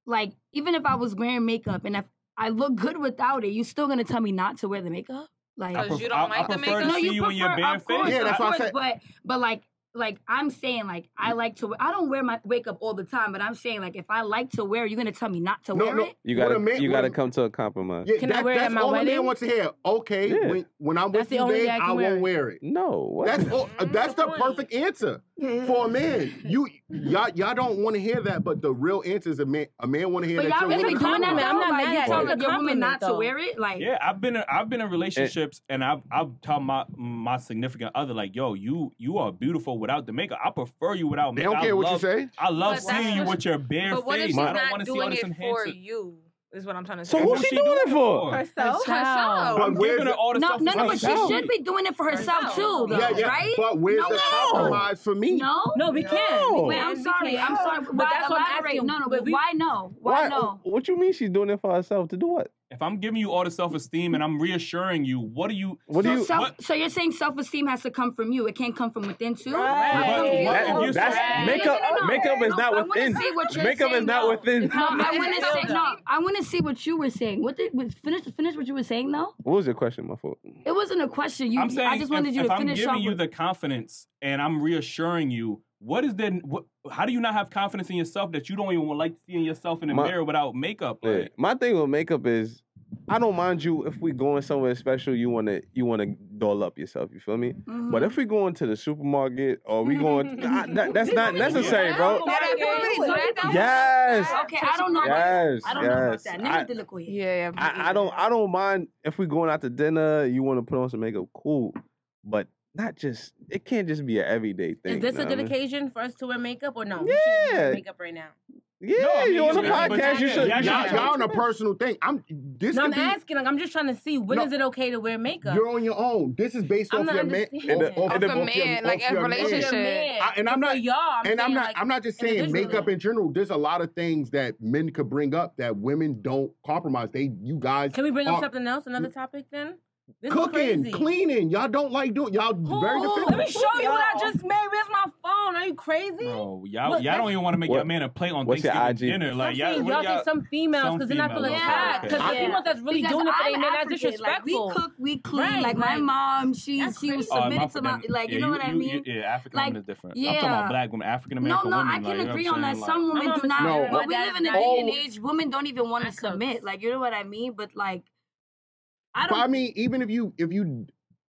F: like even if I was wearing makeup and if I look good without it, you still gonna tell me not to wear the makeup? Like,
A: I pref- I- I prefer to
F: No,
A: see you in your bare
F: of course,
A: face.
F: of
A: I-
F: course, But but like like I'm saying like I like to. I don't wear my makeup all the time, but I'm saying like if I like to wear, you're gonna tell me not to
C: No,
F: wear
C: no.
F: it.
B: You
C: What
B: gotta
C: a man-
B: you
C: what
B: gotta
C: a-
B: come to a compromise.
C: Yeah,
F: Can I wear it
C: that's
F: at my
C: all a man
F: wedding?
C: wants to hear. Okay,
B: Yeah.
C: when, when I'm
E: That's
C: with
E: the
C: you,
E: only
C: babe,
E: day I can
C: I
E: wear
C: won't
E: it.
C: wear it.
B: No, what?
C: That's all, that's the
E: point.
C: perfect answer
H: Yeah.
C: for a man. You y'all, y'all don't want to hear that, but the real answer is a man. A man want to hear
F: But
C: that.
F: y'all
C: you're
F: really
C: willing to
F: doing that
E: compliment.
F: though?
E: I'm not
F: like
E: mad
F: you
E: at
F: telling
E: it.
F: your woman
E: Compliment,
F: not to
E: though.
F: wear it? Like
A: Yeah, I've been in, I've been
B: Eh.
A: in relationships and I've I've told my my significant other like, yo, you you are beautiful without the makeup. I prefer you without
C: They
A: makeup.
C: don't
A: I
C: care what you
A: love-
C: say.
A: I love
G: But that's
A: seeing you
G: what-
A: with your bare
G: But what if
A: face.
G: she's
A: I don't want
G: not
A: to see all
G: doing
A: this
G: it for
A: enhanced.
G: you? Is what I'm trying to
B: So
G: say.
B: who's
A: Who's she
B: she doing it for?
D: herself.
G: Herself.
C: But
A: I'm
C: where's
A: giving her
C: the-
A: all the
F: no,
A: stuff.
F: no, no. But she
B: Herself.
F: should be doing it for herself
G: Herself.
F: too, though,
C: Yeah, yeah.
F: right?
C: But where's
F: No
C: the
F: way.
C: compromise for me?
F: No.
E: No, we can.
B: No.
E: We
F: Wait,
E: can.
F: I'm
E: We
F: sorry.
E: can.
F: I'm sorry.
E: But
F: why
E: that's what I'm
F: elaborate?
E: asking.
F: No, no.
E: But
F: But
E: we-
F: why no? Why, no?
B: What you mean she's doing it for herself to do what?
A: If I'm giving you all the self esteem and I'm reassuring you, what do you?
B: What
F: so
B: do you?
F: self,
A: what-
F: so you're saying self esteem has to come from you. It can't come from within too.
A: But-
D: Right.
A: but
B: That-
A: if you
B: that's
A: say-
B: makeup.
F: No, no, no.
B: Makeup is
F: No, I
B: not
F: wanna
B: within.
F: see what you're
B: Makeup is
F: saying,
B: not
F: though.
B: within.
F: No, I want to
E: It's
F: say
E: still
F: no.
E: though.
F: I want to see what you were saying. What did was, finish? Finish what you were saying though.
B: What was your question, my fault?
F: It wasn't a question. You,
A: I'm saying
F: I just wanted
A: if,
F: you
A: if
F: to
A: I'm
F: finish.
A: giving
F: up
A: you
F: with-
A: the confidence and I'm reassuring you, what is then? What, how do you not have confidence in yourself that you don't even like seeing yourself in the
B: My-
A: mirror without makeup?
B: Yeah.
A: Like,
B: My thing with makeup is, I don't mind you if we going somewhere special. You wanna you wanna doll up yourself. You feel
F: Mm-hmm.
B: me? But if we going to the supermarket or we going, I, that, that's not necessary, bro. Yes.
F: Okay, I don't know.
B: Yes.
F: About, I don't
B: yes.
F: know about that. Let me
B: I-
F: have to look with you.
G: Yeah, yeah.
B: I, I don't I don't mind if we going out to dinner, you want to put on some makeup, cool. But not just it can't just be an everyday thing.
E: Is this
B: know
E: a
B: what I
E: good
B: mean?
E: occasion for us to wear makeup or no? We shouldn't be
B: Yeah.
E: wearing makeup right now.
B: Yeah,
A: No, I mean,
B: you on
A: you-
B: a
A: but you-
B: podcast, you
A: yeah,
B: should.
A: yeah,
C: Y'all,
A: yeah.
C: y'all on a personal thing. I'm this
E: No,
C: could
E: I'm
C: be
E: asking. Like, I'm just trying to see when
C: No.
E: is it okay to wear makeup?
C: you're on your own. This is based
E: I'm
C: off
E: not
C: your man,
E: understanding.
C: off,
E: And the-
C: off,
G: Off
C: your-
G: a
C: off your-
G: man, like,
C: off
G: in
C: your man.
E: If you're
G: relationship.
E: mad,
C: I- and I'm
E: but
C: not-
E: for y'all. I'm
C: and I'm
E: saying,
C: not
E: like,
C: I'm not just saying
E: individually.
C: makeup in general. There's a lot of things that men could bring up that women don't compromise. They you guys
E: Can we bring
C: are
E: up something else? Another topic then? This is
C: Uh, cooking,
E: crazy.
C: cleaning. Y'all don't like doing y'all
E: Who?
C: very
E: Let me
C: defensive.
E: show you what I just made. Where's my phone? Are you crazy?
A: bro, y'all,
E: Look,
A: y'all don't even want to make
B: What-
A: your man a plate on
B: what's your
A: Thanksgiving
B: IG?
A: dinner. Like,
E: I'm
A: y'all,
E: saying
A: what
E: y'all
A: y'all,
E: say some females
A: some
E: because they're not feeling
A: females, okay,
E: bad.
A: okay.
E: Because
C: I-
E: females that's really
F: Because
E: doing it for
F: I'm
E: their man, that's
F: African,
E: disrespectful.
F: Like we cook, we clean.
E: Right,
F: like my
E: right.
F: mom, she
E: That's
F: she
E: crazy.
F: was
A: Oh,
F: submitted
A: not
F: to
A: for
F: my
A: them.
F: like you
A: Yeah,
F: know what I
A: you- you-
F: mean.
A: yeah, African
F: Like,
A: women is different. I'm talking about
F: yeah.
A: black women, African
F: No,
A: American
F: no,
A: women.
F: I
A: like,
F: can
A: you know what
F: agree
A: I'm
F: on that.
A: saying? Like,
F: Some women
E: mom
F: do
E: is
F: not,
C: No.
E: My
F: but we
E: dad
F: live
E: is
F: in a
E: not
F: day and
E: Indian.
F: age. Women don't even want
E: I
F: to
E: cook.
F: submit. Like you know what I mean. But like, I
C: But I
F: don't.
C: mean, even if you if you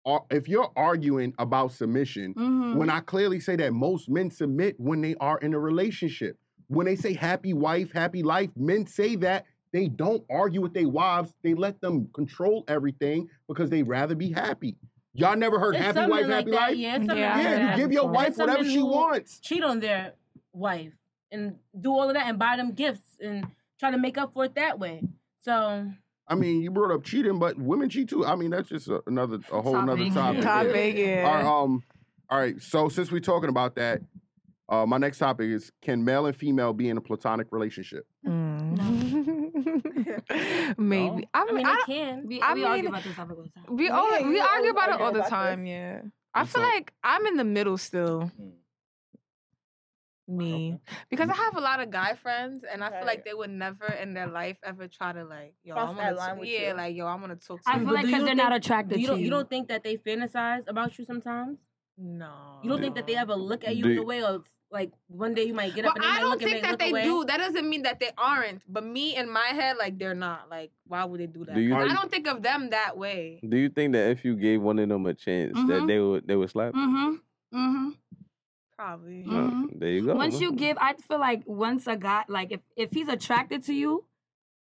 C: are if you're arguing about submission,
E: Mm-hmm.
F: Mhm.
C: when I clearly say that most men submit when they are in a relationship. When they say happy wife, happy life, men say that they don't argue with their wives. They let them control everything because they rather be happy. Y'all never heard
E: There's
C: happy
E: some
C: wife,
E: men
C: happy
E: like that.
C: life?
E: Yeah, some
G: Yeah,
E: men
G: I
E: like
G: heard
C: Yeah,
E: that.
G: that
C: you give your
G: before.
C: wife
E: There's some
C: whatever
E: men
C: she
E: who
C: wants.
E: Cheat on their wife and do all of that and buy them gifts and try to make up for it that way. So
C: I mean, you brought up cheating, but women cheat too. I mean, that's just a, another a whole nother
F: Topic.
C: topic. yeah.
G: Topic, yeah.
C: All right, um, all right. So since we're talking about that, uh, my next topic is: Can male and female be in a platonic relationship?
G: Mm. Maybe. I
E: I
G: mean,
E: mean, they
G: I don't-
E: can.
F: We,
G: I
F: we argue
G: mean,
F: about this topic all the time.
G: we
D: Yeah,
G: all
D: you
G: we argue
D: always
G: about it
D: argue
G: all the
D: about
G: time.
D: this.
G: Yeah. I
A: And
G: feel
A: so-
G: like I'm in the middle still.
A: Mm.
G: Me, because I have a lot of guy friends, and I feel like they would never in their life ever try to like, yo,
D: Cross
G: I'm
D: that
G: gonna,
D: line
G: t-
D: with
G: yeah,
D: you.
G: like, yo, I'm gonna talk to
F: I
G: you.
F: feel like
E: do
F: because
E: you
F: they're
E: think-
F: not attracted
E: Do you
F: to
E: don't
F: you.
E: you don't think that they fantasize about you sometimes?
G: no,
E: You don't think that they ever look at you
B: Do
E: in
B: you-
E: the way of like one day you might get
G: But
E: up and they
G: I
E: might
G: don't
E: look and they
G: think that
E: look
G: they
E: away?
G: do. That doesn't mean that they aren't. But me in my head, like they're not. Like, why would they do that?
B: Do you-
G: 'Cause I don't think of them that way.
B: Do you think that if you gave one of them a chance, that
F: Mhm.
B: they would they would slap?
F: Mm-hmm. Mm-hmm.
G: Probably.
B: Uh,
F: Mhm.
B: there you go.
F: Once
B: man.
F: you give, I feel like once a guy, like if, if he's attracted to you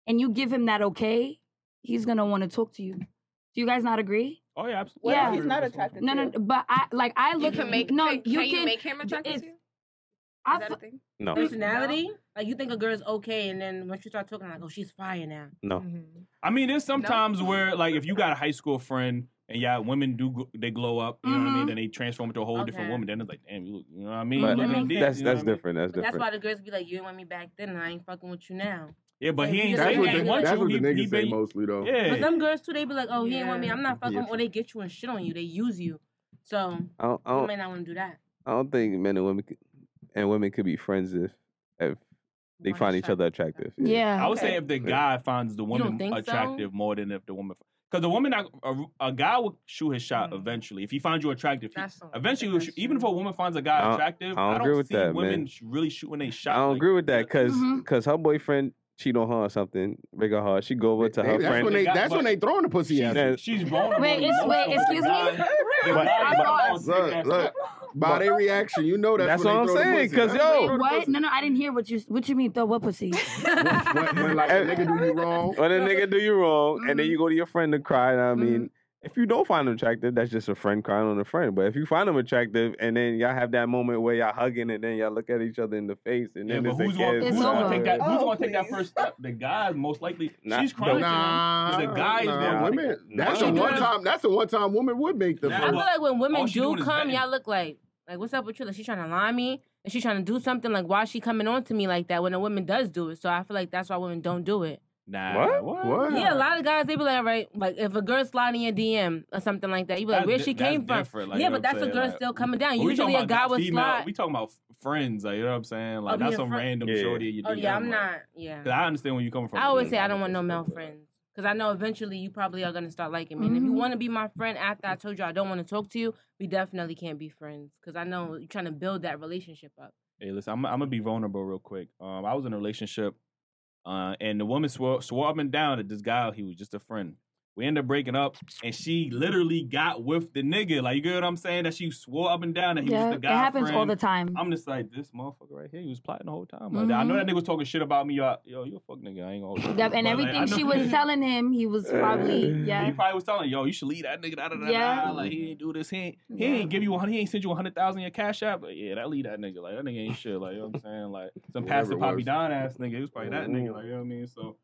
F: and you give him that okay, he's gonna want to talk to you. Do you guys not agree?
A: Oh yeah, absolutely.
D: What
F: Yeah.
D: if he's not attracted
F: No,
D: to
F: no,
D: you?
F: but I like I
G: You
F: look.
G: can make
F: no,
G: can,
F: you
G: can
F: can.
G: you make him attracted
F: it-
G: to you? Is
F: I
G: that
F: feel-
G: a thing?
B: no,
E: Personality? Like you think a girl's okay and then once you start talking like, oh she's fire now.
B: no.
G: Mm-hmm.
A: I mean, there's
G: No?
A: sometimes where like if you got a high school friend and yeah, women do gl- they glow up, you know what I mean,
F: Mhm.
A: and they transform into a whole different
E: Okay.
A: woman. Then it's like, damn, you look, you know what I mean?
B: But
A: You look
F: Mhm.
A: good,
B: that's
A: you know what I
B: that's
A: mean?
B: different. That's
E: But that's
B: different.
E: why the girls be like, you didn't want me back then and I ain't fucking with you now.
A: Yeah, but he ain't
C: That's
A: saying
C: what
A: he
C: the-
A: want
C: that's
A: you.
C: what the
A: He-
C: niggas
A: he
C: say
A: been-
C: mostly, though.
A: Yeah.
E: But some girls too, they be like, "Oh, he ain't want me. I'm not fucking."
B: Yeah.
E: him," Or they get you and shit on you. They use you. So
B: I don't, I
E: you
B: don't,
E: may not want to do that.
B: I don't think men and women could, and women could be friends if if they find each other attractive.
A: I would say if the guy finds the woman
E: think so?
A: attractive more than if the woman. Because the woman, not- a, a guy will shoot his shot eventually. If he finds you attractive, he- eventually, he'll shoot- even if a woman finds a guy
B: I don't-
A: attractive,
B: I don't
A: I don't
B: agree with
A: see
B: that,
A: women
B: man.
A: sh- really shooting a shot.
B: I don't
A: like-
B: agree with that because
A: Mhm.
B: her boyfriend cheat on her or something, break her heart. She go over to
C: They-
B: her
C: that's
B: friend.
C: when they- that's when they throwing the pussy at her.
A: She's vulnerable.
F: Wait, it's-
A: emotional
F: wait,
A: with the
F: excuse me?
A: guy. The
F: But-
A: guy
F: I'm
A: don't
F: lost.
A: take that
C: Look, look. By their reaction, you know that's,
B: That's
C: when
B: what
C: they
B: I'm
C: throw
B: saying,
C: The
B: 'cause
C: pussy.
B: yo-
F: Wait, what? No, no, I didn't hear what you. What you mean? Throw what pussy?
C: when like a nigga do you wrong,
B: when a nigga do you wrong, and
A: Mm-hmm.
B: then you go to your friend to cry. and I mean, if you don't find him attractive, that's just a friend crying on a friend. But if you find him attractive, and then y'all have that moment where y'all hugging, and then y'all look at each other in the face, and
A: Yeah,
B: then
A: but
B: it's a
A: who's gonna,
B: kiss,
A: who's
B: nah.
A: gonna take that? Who's gonna take that first step? The guy is most likely.
B: Nah,
A: she's crying.
C: Nah,
A: the guy is
C: nah,
A: going to take
C: women.
A: it.
C: That's
A: Nah.
C: the one time. That's the one time women would make the
A: Nah,
E: I
C: first.
E: feel like when women
A: all she
E: do
A: doing is
E: come,
A: vetting.
E: y'all look like, like, what's up with you? Like, she's trying to lie me and she's trying to do something. Like, why is she coming on to me like that when a woman does do it? So I feel like that's why women don't do it.
A: Nah,
B: What?
A: what?
E: Yeah, a lot of guys, they be like, all right, like, if a girl sliding your DM or something like that, you be like,
A: That's
E: where
A: di-
E: she
A: that's
E: came from.
A: different, like,
E: yeah,
A: you know
E: but
A: what I'm
E: that's a
A: saying?
E: girl
A: Like,
E: still coming down.
A: But we
E: Usually
A: talking
E: a
A: about
E: guy
A: not
E: would
A: female,
E: slide.
A: We talking about f- friends, like you know what I'm saying? Like
E: Oh,
A: not
E: being
A: some
E: fri-
A: random
E: Yeah.
A: shorty. You
E: Oh,
A: DM,
E: yeah, I'm
A: like-
E: not. Yeah.
A: 'Cause I understand where you coming from.
E: I always say I don't want no male friends. Because I know eventually you probably are going to start liking me. And if you
A: Mhm.
E: want to be my friend after I told you I don't want to talk to you, we definitely can't be friends. Because I know you're trying to build that relationship up.
A: Hey, listen, I'm, I'm gonna be vulnerable real quick. Um, I was in a relationship, uh, and the woman swore swore up and down that this guy he was just a friend. We ended up breaking up, and she literally got with the nigga. Like you get what I'm saying? That she swore up and down that he
F: Yeah,
A: was
F: it
A: the guy.
F: happens all
A: friend.
F: the time.
A: I'm just like this motherfucker right here. He was plotting the whole time. Like, I know that nigga was talking shit about me. Yo, yo, you a fuck nigga. I ain't gonna. hold you. But,
F: Yep, and
A: like,
F: everything
A: I
F: she
A: know-
F: was telling him, he was probably
A: He
F: yeah.
A: probably was telling yo, you should leave that nigga. Da, da, da,
F: Yeah.
A: da. Like he ain't do this. He ain't, he ain't give you one. He ain't send you one hundred thousand in your cash app. Like yeah, that leave that nigga. Like that nigga ain't shit. Like you know what I'm saying. Like some
B: Whatever
A: pastor
B: it
A: poppy
B: was. Mm-hmm.
A: don ass nigga. It was probably that nigga. Like you know what I mean. So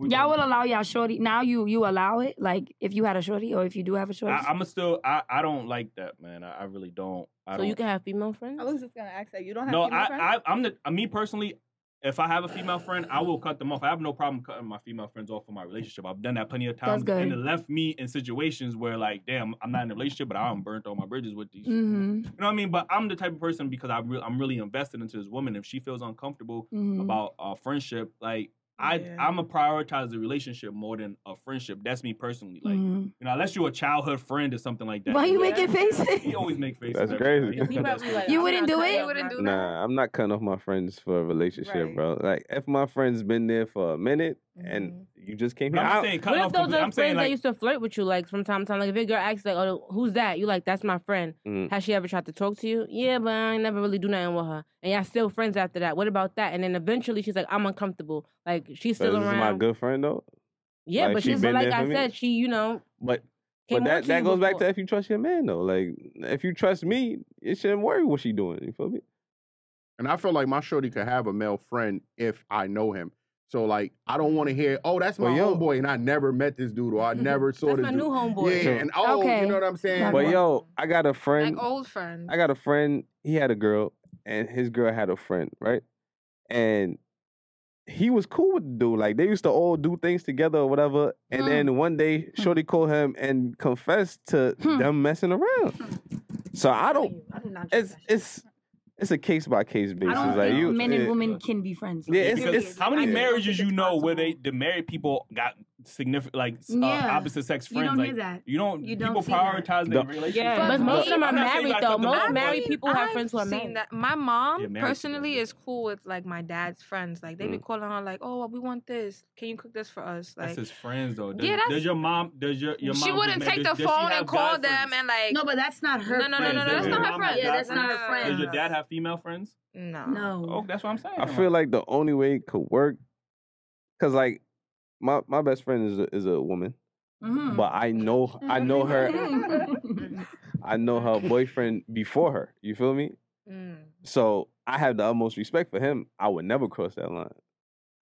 F: Y'all would allow y'all shorty. Now you you allow it, like if you had a shorty or if you do have a shorty.
A: I, I'm still. I, I don't like that, man. I, I really don't. I
E: So
A: don't.
E: you can have female friends?
D: I was just gonna ask that. You don't have
A: no,
D: female friends?
A: I, I I'm the uh, me personally. If I have a female friend, I will cut them off. I have no problem cutting my female friends off from my relationship. I've done that plenty of
F: That's
A: times, and it
F: good.
A: left me in situations where, like, damn, I'm not in a relationship, but I'm burnt all my bridges with these
F: hmm
A: You know what I mean? But I'm the type of person because I re- I'm really invested into this woman. If she feels uncomfortable
F: Mhm.
E: Mm-hmm.
A: about a friendship, like I I'm a prioritize the relationship more than a friendship. That's me personally. Like
E: Mm-hmm.
F: Mhm.
A: you know, unless you're a childhood friend or something like that.
F: Why you making faces?
A: He always make faces.
B: That's
A: every
B: crazy.
A: time. He does that.
F: You wouldn't do
G: You
F: it.
G: wouldn't do that.
B: Nah, I'm not cutting off my friends for a relationship, bro. Like if my friend's been there for a minute and
E: Mm-hmm.
B: you just came here,
A: I'm just
B: I-
A: saying, cut
E: What
A: off.
E: if those
A: completely.
E: are
A: I'm
E: friends
A: saying
E: that
A: like
E: used to flirt with you, like from time to time? Like if your girl asks, like, "Oh, who's that?" You like, "That's my friend."
B: Mm.
E: Has she ever tried to talk to you? Yeah, but I ain't never really do nothing with her, and y'all still friends after that. What about that? And then eventually she's like, "I'm uncomfortable." Like she's
B: but
E: still
B: this is
E: around.
B: my good friend though.
E: yeah,
B: like,
E: but
B: she
E: she's
B: been
E: but like
B: there for
E: I
B: me?
E: said, she you know
B: But but
E: Came on
B: that,
E: to
B: that
E: you
B: goes back
E: before.
B: to if you trust your man though. Like if you trust me, it shouldn't worry what she doing. You feel me?
C: And I feel like my shorty could have a male friend if I know him. So like I don't want to hear, oh, that's my homeboy, and I never met this dude or I never saw
E: That's
C: this
E: my
C: dude.
E: new homeboy.
C: Yeah, and oh,
E: Okay.
C: you know what I'm saying?
B: But yo, I got a friend.
G: Like old friend.
B: I got a friend. He had a girl, and his girl had a friend, right? And he was cool with the dude. Like they used to all do things together or whatever. And
F: Mm-hmm.
B: then one day, Shorty called him and confessed to
F: Hmm.
B: them messing around. So I don't.
G: I do not.
B: It's it's it's a case by case
F: I
B: basis.
F: don't
B: like
F: think
B: you,
F: men
B: it-
F: and women can be friends.
B: Yeah, it's-
A: Because
B: it's-
A: how many
B: I
A: marriages you know where they the married people got significant like s- uh,
F: Yeah.
A: opposite sex
F: You don't
A: friends? like,
F: hear that.
A: You don't.
F: You don't
A: people
F: see that.
A: prioritize their relationship.
E: but, most of them are
A: I'm not saying
E: married
A: like
E: though.
A: cut them
E: Most
A: off,
E: married
A: but-
E: people have friends who are
G: I've seen
E: married.
G: that. My
A: Yeah,
G: mom
A: married
G: personally is cool with like my dad's friends. Like they be
A: Mm.
G: calling her like, "Oh, we want this. Can you cook this for us?" Like
A: That's his friends though. Does,
G: Yeah, that's-
A: does your mom? Does your your mom?
G: she
A: who's
G: wouldn't
A: married,
G: take
A: does-
G: the
A: does she
G: phone
A: have
G: and call
A: guy friends?
G: them and like.
F: No, but that's not her
G: No, no, no,
A: friends?
G: no,
A: Does
G: no. That's
A: your
G: not
A: mom
G: her
A: have
G: friend.
A: guy
G: Yeah, that's not
A: friends?
G: her
A: Does
E: uh,
A: your
G: friend.
A: dad have female friends?
G: No.
F: No.
A: Oh, that's what I'm saying.
B: I feel like the only way it could work, cause like my my best friend is a, is a woman,
F: Hmm. Mm-hmm.
B: but I know I know her I know her boyfriend before her. You feel me? So I have the utmost respect for him. I would never cross that line.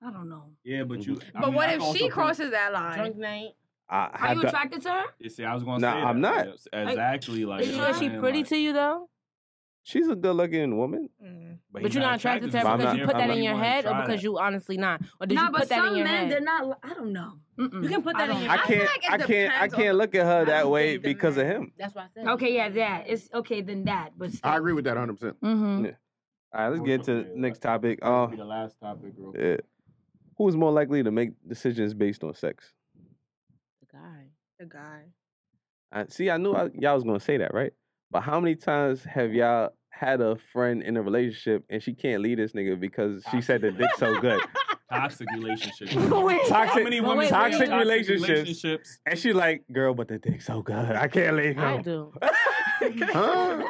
F: I don't know.
A: Yeah, but you. I
G: But
A: mean,
G: what
A: I
G: if
A: also
G: she
A: feel-
G: crosses that line?
E: Drunk night.
B: I
F: Are
B: have
F: you
B: to-
F: attracted to her?
A: You see, I was gonna
B: Nah,
A: say that.
B: I'm not.
A: Exactly. Like
E: Is
A: you
E: she,
A: know what
E: is
A: I'm
E: she
A: saying?
E: pretty
A: Like,
E: to you though?
B: She's a good looking woman.
E: But, you're not attracted to her
B: But I'm
E: because
B: not-
E: you put
B: I'm
E: that
B: not-
E: in your
B: wanna
E: head, or
B: try
E: because
B: that.
E: you honestly not, or did
F: nah,
E: you
F: but
E: put that
F: some
E: in your
F: men,
E: head?
F: they're not. I don't know. Mm-mm.
E: You can put that in your
B: I can't. I, can't. I can't look at her that way because of him.
E: That's why I said.
F: Okay, yeah, that it's okay. Then that, but
C: I agree with that 100. percent
F: Mhm.
B: Yeah. All right, let's get to the next topic. Uh,
A: be the last topic, real quick.
B: yeah. Who is more likely to make decisions based on sex?
E: guy.
G: The guy.
B: I, see, I knew I, y'all was gonna say that, right? But how many times have y'all had a friend in a relationship and she can't leave this nigga because she said the dick's so good?
A: Toxic relationships.
B: Toxic,
A: How many women
B: toxic,
A: say
B: relationships, And she like, girl, but the dick's so good. I can't leave him.
E: I do.
B: Huh?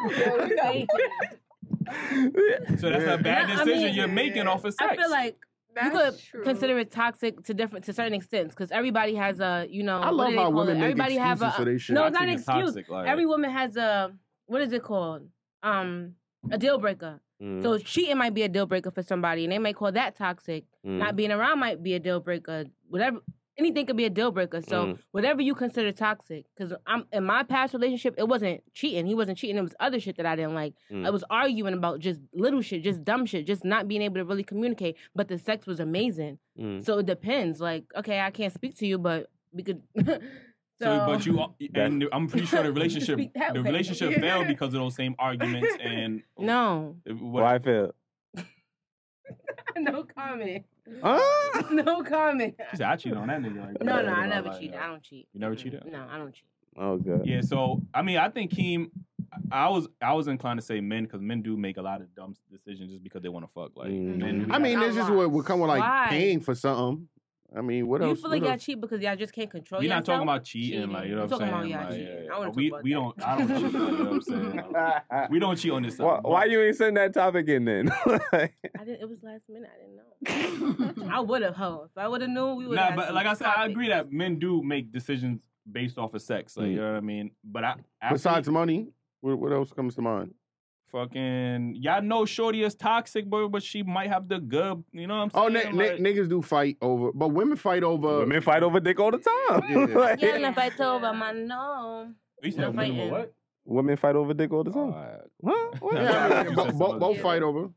A: So that's a bad
E: Yeah, I
A: decision
E: mean,
A: you're making off of sex.
E: I feel like you
G: That's
E: could
G: true.
E: consider it toxic to different to certain extents because everybody has a you know.
C: I
E: what
C: love
E: do they
C: how
E: call
C: women
E: it?
C: make
E: everybody have a,
C: excuses for they shit.
E: No, it's not an
A: Toxic is
E: excuse.
A: toxic, like-
E: Every woman has a what is it called? Um, a deal breaker.
B: Mm,
A: Mhm.
E: So
C: Mm.
E: cheating might be a deal breaker for somebody, and they may call that toxic.
B: mm.
A: Mhm.
C: Mm.
E: Not being around might be a deal breaker. Whatever. Anything could be a deal breaker. So
A: Mhm.
E: whatever you consider toxic, because I'm in my past relationship, it wasn't cheating. He wasn't cheating. It was other shit that I didn't like.
A: Mm.
E: I was arguing about just little shit, just dumb shit, just not being able to really communicate. But the sex was amazing.
A: Mm.
E: So it depends. Like, okay, I can't speak to you, but we could. so,
A: So, but you are- and I'm pretty sure the relationship
E: Speak that
A: the
E: way.
A: relationship failed because of those same arguments and
E: no
A: what
B: I feel.
E: no comment.
B: Ah!
E: No comment.
A: She said, I cheated on that nigga. Like,
E: No, no, I
A: Like,
E: never
A: like,
E: cheated. I don't cheat.
A: You never cheated.
E: No, I don't cheat.
B: Oh god.
A: Yeah. So I mean, I think Keem. I I was I was inclined to say men because men do make a lot of dumb decisions just because they want to fuck. Like
E: Mm-hmm.
A: men.
C: I mean, this is what would come with like
E: Why?
C: paying for something. I mean, what
E: Do you
C: else?
E: feel like
C: what
E: y'all
C: else?
E: cheat because y'all just can't control
A: We're not
E: yourself?
A: talking about cheating, like you know
E: I'm
A: what I'm saying.
E: talking about y'all
A: like,
E: cheating.
A: yeah,
E: I wanna
A: we we don't I don't cheat. You know what I'm saying. Like, we don't cheat on this side.
B: Why, why you ain't send that topic in then?
E: I didn't. It was last minute. I didn't know. I would have hoe. If I would have known, we would.
A: Nah,
E: have.
A: but like I said, I agree that men do make decisions based off of sex. Like you know what I mean. But I after
C: Besides money, what, what else comes to mind?
A: fucking y'all know Shorty is toxic, but but she might have the good. You know what I'm saying?
C: Oh, ni- ni-
A: Like-
C: niggas do fight over, but women fight over.
B: Women fight over dick all the time.
C: Yeah.
B: Like,
E: Yeah, and if I told him, I know.
A: You
E: said women were what?
B: Women fight over dick all the time. Huh? What?
C: Yeah,
A: You
C: bo-
A: said
C: bo-
A: some
C: both
A: other
C: fight over.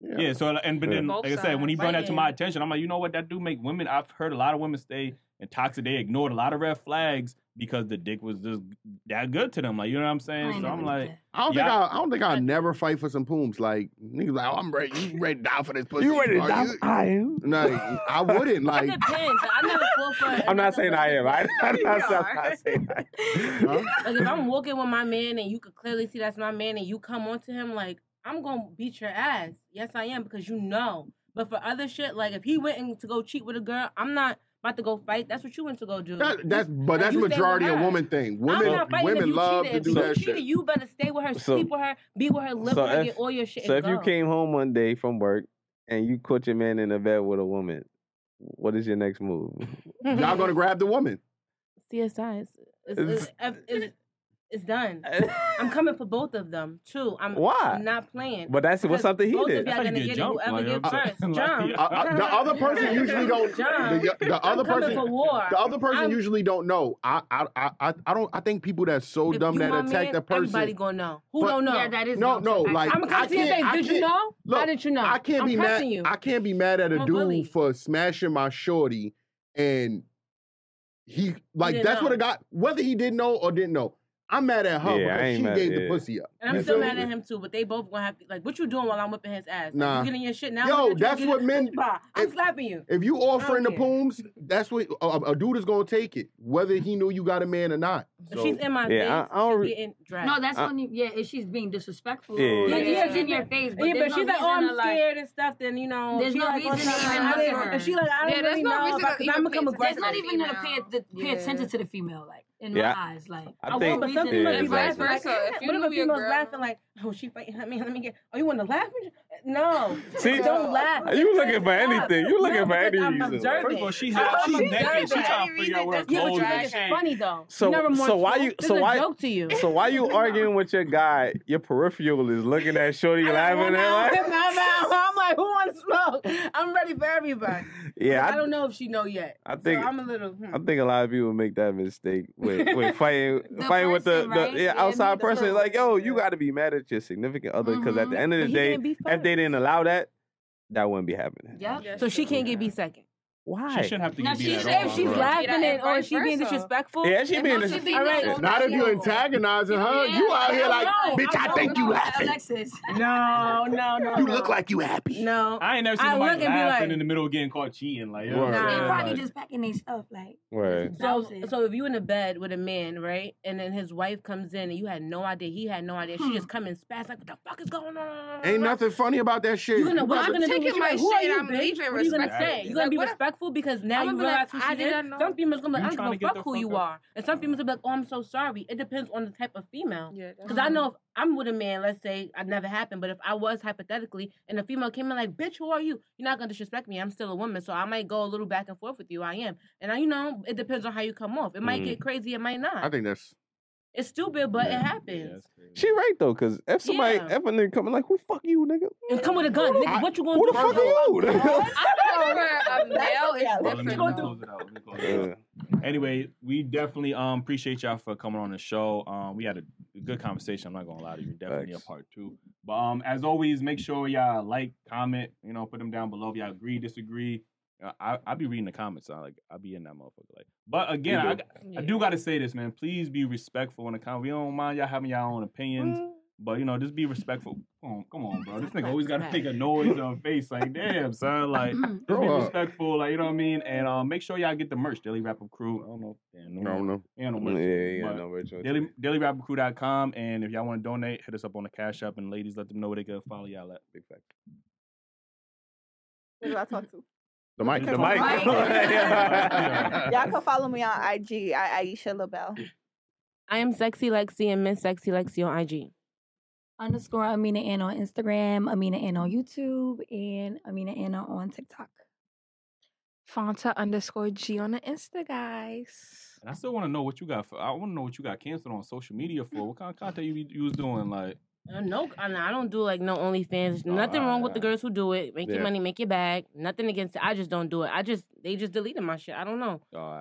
A: Yeah. so like, and but
B: Yeah.
A: then
B: Both
A: like I said, when he
E: sides,
A: brought that to
E: right.
A: my attention, I'm like, you know what? That do make women. I've heard a lot of women stay in toxic. They ignored a lot of red flags because the dick was just that good to them. Like you know what I'm saying? so I'm like,
C: I don't
A: yeah,
C: think I, I don't think I'll never fight for some pooms. Like niggas, like oh, I'm ready. You ready to die for this pussy?
B: You ready to
C: Are
B: die?
C: you-
B: I am.
C: No, I wouldn't. Like
E: Depends. I never fall for.
B: I'm not saying I am. I, I'm not,
E: You
B: saying-
E: are.
B: I'm not saying I
E: Like if I'm walking with my man and you could clearly see that's my man and you come onto him like I'm gonna beat your ass. Yes, I am because you know. But for other shit, like if he went in to go cheat with a girl, I'm not about to go fight. That's what you went to go do.
C: that, that's but
E: Like,
C: that's
E: you stay with
C: majority a
E: her.
C: woman thing.
E: I'm
C: Women
E: not fighting if
C: women
E: you
C: love
E: cheated.
C: to do
E: if you
C: that
E: cheated,
C: shit.
E: You better stay with her,
B: So-
E: sleep with her, be with her, live
B: So
E: with her,
B: if-
E: get all your shit.
B: So
E: and
B: if you
E: go.
B: came home one day from work and you caught your man in the bed with a woman, what is your next move?
C: Y'all gonna grab the woman.
E: CSI. It's, it's, it's, it's, it's, it's done. I'm coming for both of them too. I'm
B: Why?
E: I'm not playing.
B: But that's- what's
E: Because
B: something he
E: both
B: did?
E: Of y'all
B: I thought he
E: gonna
B: did
E: get
B: jump,
E: it, whoever
B: like,
E: gets
B: I'm
E: first.
B: so-
E: Jump.
C: Uh, uh, the other person usually don't.
E: Jump.
C: The, the other
E: I'm coming
C: person.
E: for war.
C: The other person
E: I'm-
C: usually don't know. I I I I- I don't. I think people that's so
E: If
C: dumb
E: you
C: that
E: my
C: attack
E: man,
C: that person.
E: Everybody gonna know. Who
F: Oh,
C: But-
E: don't know?
C: Yeah, that is No, dumb, no, too. like,
E: I'm gonna come
C: I
E: to your
C: can't-
E: face.
C: I
E: Did you
C: can't-
E: know? How
C: Look,
E: did you know?
C: I can't
E: I'm
C: be mad.
E: pressing You.
C: I can't be mad at a
E: I'm a
C: dude
E: bully.
C: for smashing my shorty, and he like
E: didn't
C: that's what
E: know.
C: a guy. Whether he did know or didn't know, I'm mad at her
B: Yeah, I
C: because
B: ain't
C: she
B: mad-
C: gave the
B: yeah.
C: pussy up.
E: And I'm
C: You
E: still
C: feel
E: mad
C: me?
E: at him too, but they both gonna have to like what you doing while I'm whipping his ass? Like,
C: Nah.
E: You getting your shit now?
C: Yo,
E: Look at you,
C: that's
E: get
C: what
E: it.
C: men-
E: Bah, I'm slapping you.
C: If you offering the
E: don't care.
C: pooms, that's what a, a- a dude is gonna take it, whether he knew you got a man or not.
E: If she's in my
B: Yeah, I-
E: face,
B: I don't
E: she's
B: re-
E: getting dragged.
F: No, that's
B: I-
F: when you, yeah, if she's being disrespectful.
B: Uh, Yeah, yeah,
F: Like,
E: yeah.
F: if she's in your face, but
E: yeah, but
F: there's no
E: she's like, oh,
F: reason
E: I'm
F: to, like-
E: scared and stuff. Then you know,
F: There's
E: she
F: no
E: like,
F: reason to
E: oh,
F: even
E: I
F: look
E: don't-
F: at her.
E: If she like, I don't
G: Yeah, there's
E: really
G: no
E: know
G: reason
E: about-
G: to
E: 'cause
G: even
E: I'm
G: pay
E: become aggressive.
G: attention.
F: There's not even gonna pay,
G: Female.
F: the, pay
G: Yeah.
F: attention to the female, like in
B: Yeah,
F: my eyes, like
B: I
F: I,
B: think-
F: want
E: But
F: reason.
E: some
B: Yeah,
E: people might be
B: vice
E: laughing. Like,
G: versa. If
E: "Yeah,
G: you
E: what if
G: knew
E: a
G: your
E: female's
G: girl-
E: laughing like, oh, she fighting her man? Let me get. Oh, you want to laugh? No.
B: See?
E: don't laugh.
B: You looking for anything. You looking for any
E: because I'm
B: reason.
E: observant. First of all, she had- I'm she naked. observant. She trying to figure out where her Yeah, but you clothes think are. it's funny, though.
B: So,
E: You're not
B: so why
E: remorseful.
B: you?
E: This
B: So
E: is a
B: why?
E: joke to you.
B: So why you arguing with your guy? Your peripheral is looking at shorty laughing at like.
E: I'm like, who wants smoke? I'm ready for everybody.
B: Yeah,
E: But
B: I-
E: I, don't know if she know yet.
B: I think-
E: so I'm a little. hmm.
B: I think a lot of people make that mistake with, with fighting
E: The
B: fighting with the,
E: person,
B: the
E: right?
B: yeah,
E: Yeah,
B: outside
E: the
B: person.
E: person. Mm-hmm.
B: Like, yo, you got to be mad at your significant other because at the end of the
E: But he
B: day,
E: can't be
B: if they didn't allow that, that wouldn't be happening.
E: Yep. so she can't get B second.
B: Why?
A: She shouldn't have to
E: Now
A: get
E: she-
A: beat at all.
E: if she's
A: bro.
E: laughing
G: Yeah,
E: and or
G: vice
E: she being
G: versa.
E: disrespectful.
B: Yeah, she being disres-
E: Alright.
C: Not if you antagonizing her. You out here like,
E: No,
C: bitch, I
E: no,
C: think you
E: no,
C: laughing.
E: Alexis. No, no, no.
C: You
E: no.
C: look like you happy.
E: No.
A: I ain't never seen
E: I
A: somebody
E: look and be
A: laughing
E: like-
A: in the middle of getting caught cheating. Like, you know
B: Word.
A: what I'm
B: Nah.
A: saying?
F: They probably
A: Like-
F: just packing their stuff. Like,
B: Right.
E: So, so if you in a bed with a man, right, and then his wife comes in and you had no idea, he had no idea, she
G: Hmm.
E: just come in spaz like, what the fuck is going on?
C: Ain't nothing funny about that shit.
E: You gonna
C: You
E: what
C: about
E: you
C: to-
E: gonna do?
G: taking
E: What you
G: my
E: like, who are
G: shit,
E: you,
G: I'm
E: bitch?
G: leaving
E: What you gonna
G: respectfully.
E: say? You gonna
G: Like,
E: be
G: what if-
E: respectful because now
G: I'ma
E: you
G: be like,
E: realize who
G: I
E: she
G: didn't
E: is.
G: know.
E: Some females gonna be
G: You
E: like, I
G: tryna
E: don't give
G: get
E: a
G: the
E: fuck who
G: fuck
E: you
G: up.
E: are, and some females will be like, oh, I'm so sorry. It depends on the type of female.
G: Yeah, that's
E: Because I know if
B: Mm-hmm.
E: I'm with a man, let's say I never happened, but if I was hypothetically and a female came in like, bitch, who are you? You're not gonna disrespect me. I'm still a woman, so I might go a little back and forth with you. I am, and I, you know, it depends on how you come off. It might
B: Mhm.
E: get crazy, it might not.
C: I think that's
E: It's stupid, but
B: Yeah.
E: it happens.
B: She right though, because if somebody
E: Yeah.
B: if a nigga coming like, who the fuck you, nigga?
E: And come with a gun, nigga. What you gonna
B: Who
E: do?
B: the fuck are
D: Mm.
E: I don't know.
G: For a male, it's
E: What
A: Let me let
G: different.
A: me
G: though.
A: close it out. Let me close it out.
B: you?
A: Anyway, we definitely um appreciate y'all for coming on the show. Um, we had a good conversation. I'm not gonna lie to you. Definitely
B: Thanks.
A: a part two. But um, as always, make sure y'all like, comment. You know, put them down below. If y'all agree, disagree. Uh, I I be reading the comments. I like I be in that motherfucker. Like, but again,
C: You
A: I,
C: do.
A: I do gotta say this, man. Please be respectful in the comment. We don't mind y'all having y'all own opinions, but you know, just be respectful. Come on, come on, bro. This nigga always gotta make a noise on face. Like, damn, son. Like, just be
C: Grow up.
A: respectful. Like, you know what I mean. And um, make sure y'all get the merch. Daily Wrap Up Crew. I don't know. if
B: Mm.
A: they
C: I don't know.
A: ain't no merch,
B: Yeah, yeah,
A: but
B: no, Rachel.
A: Daily, dailywrappercrew.com. And if y'all want to donate, hit us up on the Cash App. And ladies, let them know where they can follow y'all at.
B: Big fact.
D: Who do I talk to?
C: The mic.
A: The
C: The
A: mic.
C: mic.
D: Y'all can follow me on IG at Aisha LaBelle.
E: I am sexy Lexi and Miss Sexy Lexi on IG.
F: underscore Amina Ann on Instagram, Amina Ann on YouTube, and Amina Ann on TikTok.
G: Fonta underscore G on the Insta, guys.
A: And I still want to know what you got for. I want to know what you got canceled on social media for. What kind of content you, be- you was doing? Like,
E: Uh, No, I I don't do like no OnlyFans. Nothing wrong with the girls who do it. Make
A: Yeah.
E: your money, make your bag. Nothing against it. I just don't do it. I just they just deleted my shit. I don't know.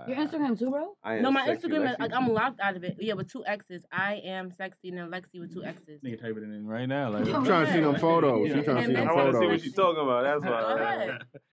F: Your Instagram too, bro?
B: I
E: no,
B: am
E: my
B: sexy,
E: Instagram
B: Lexi.
E: is like I'm locked out of it. Yeah, with two X's. I am sexy and then Lexi with two X's.
A: nigga typing it in right now. Like,
E: I'm
C: trying to see them photos. You trying to see them
B: I want to see what
C: photos.
B: she's talking about. That's why.
E: Alright.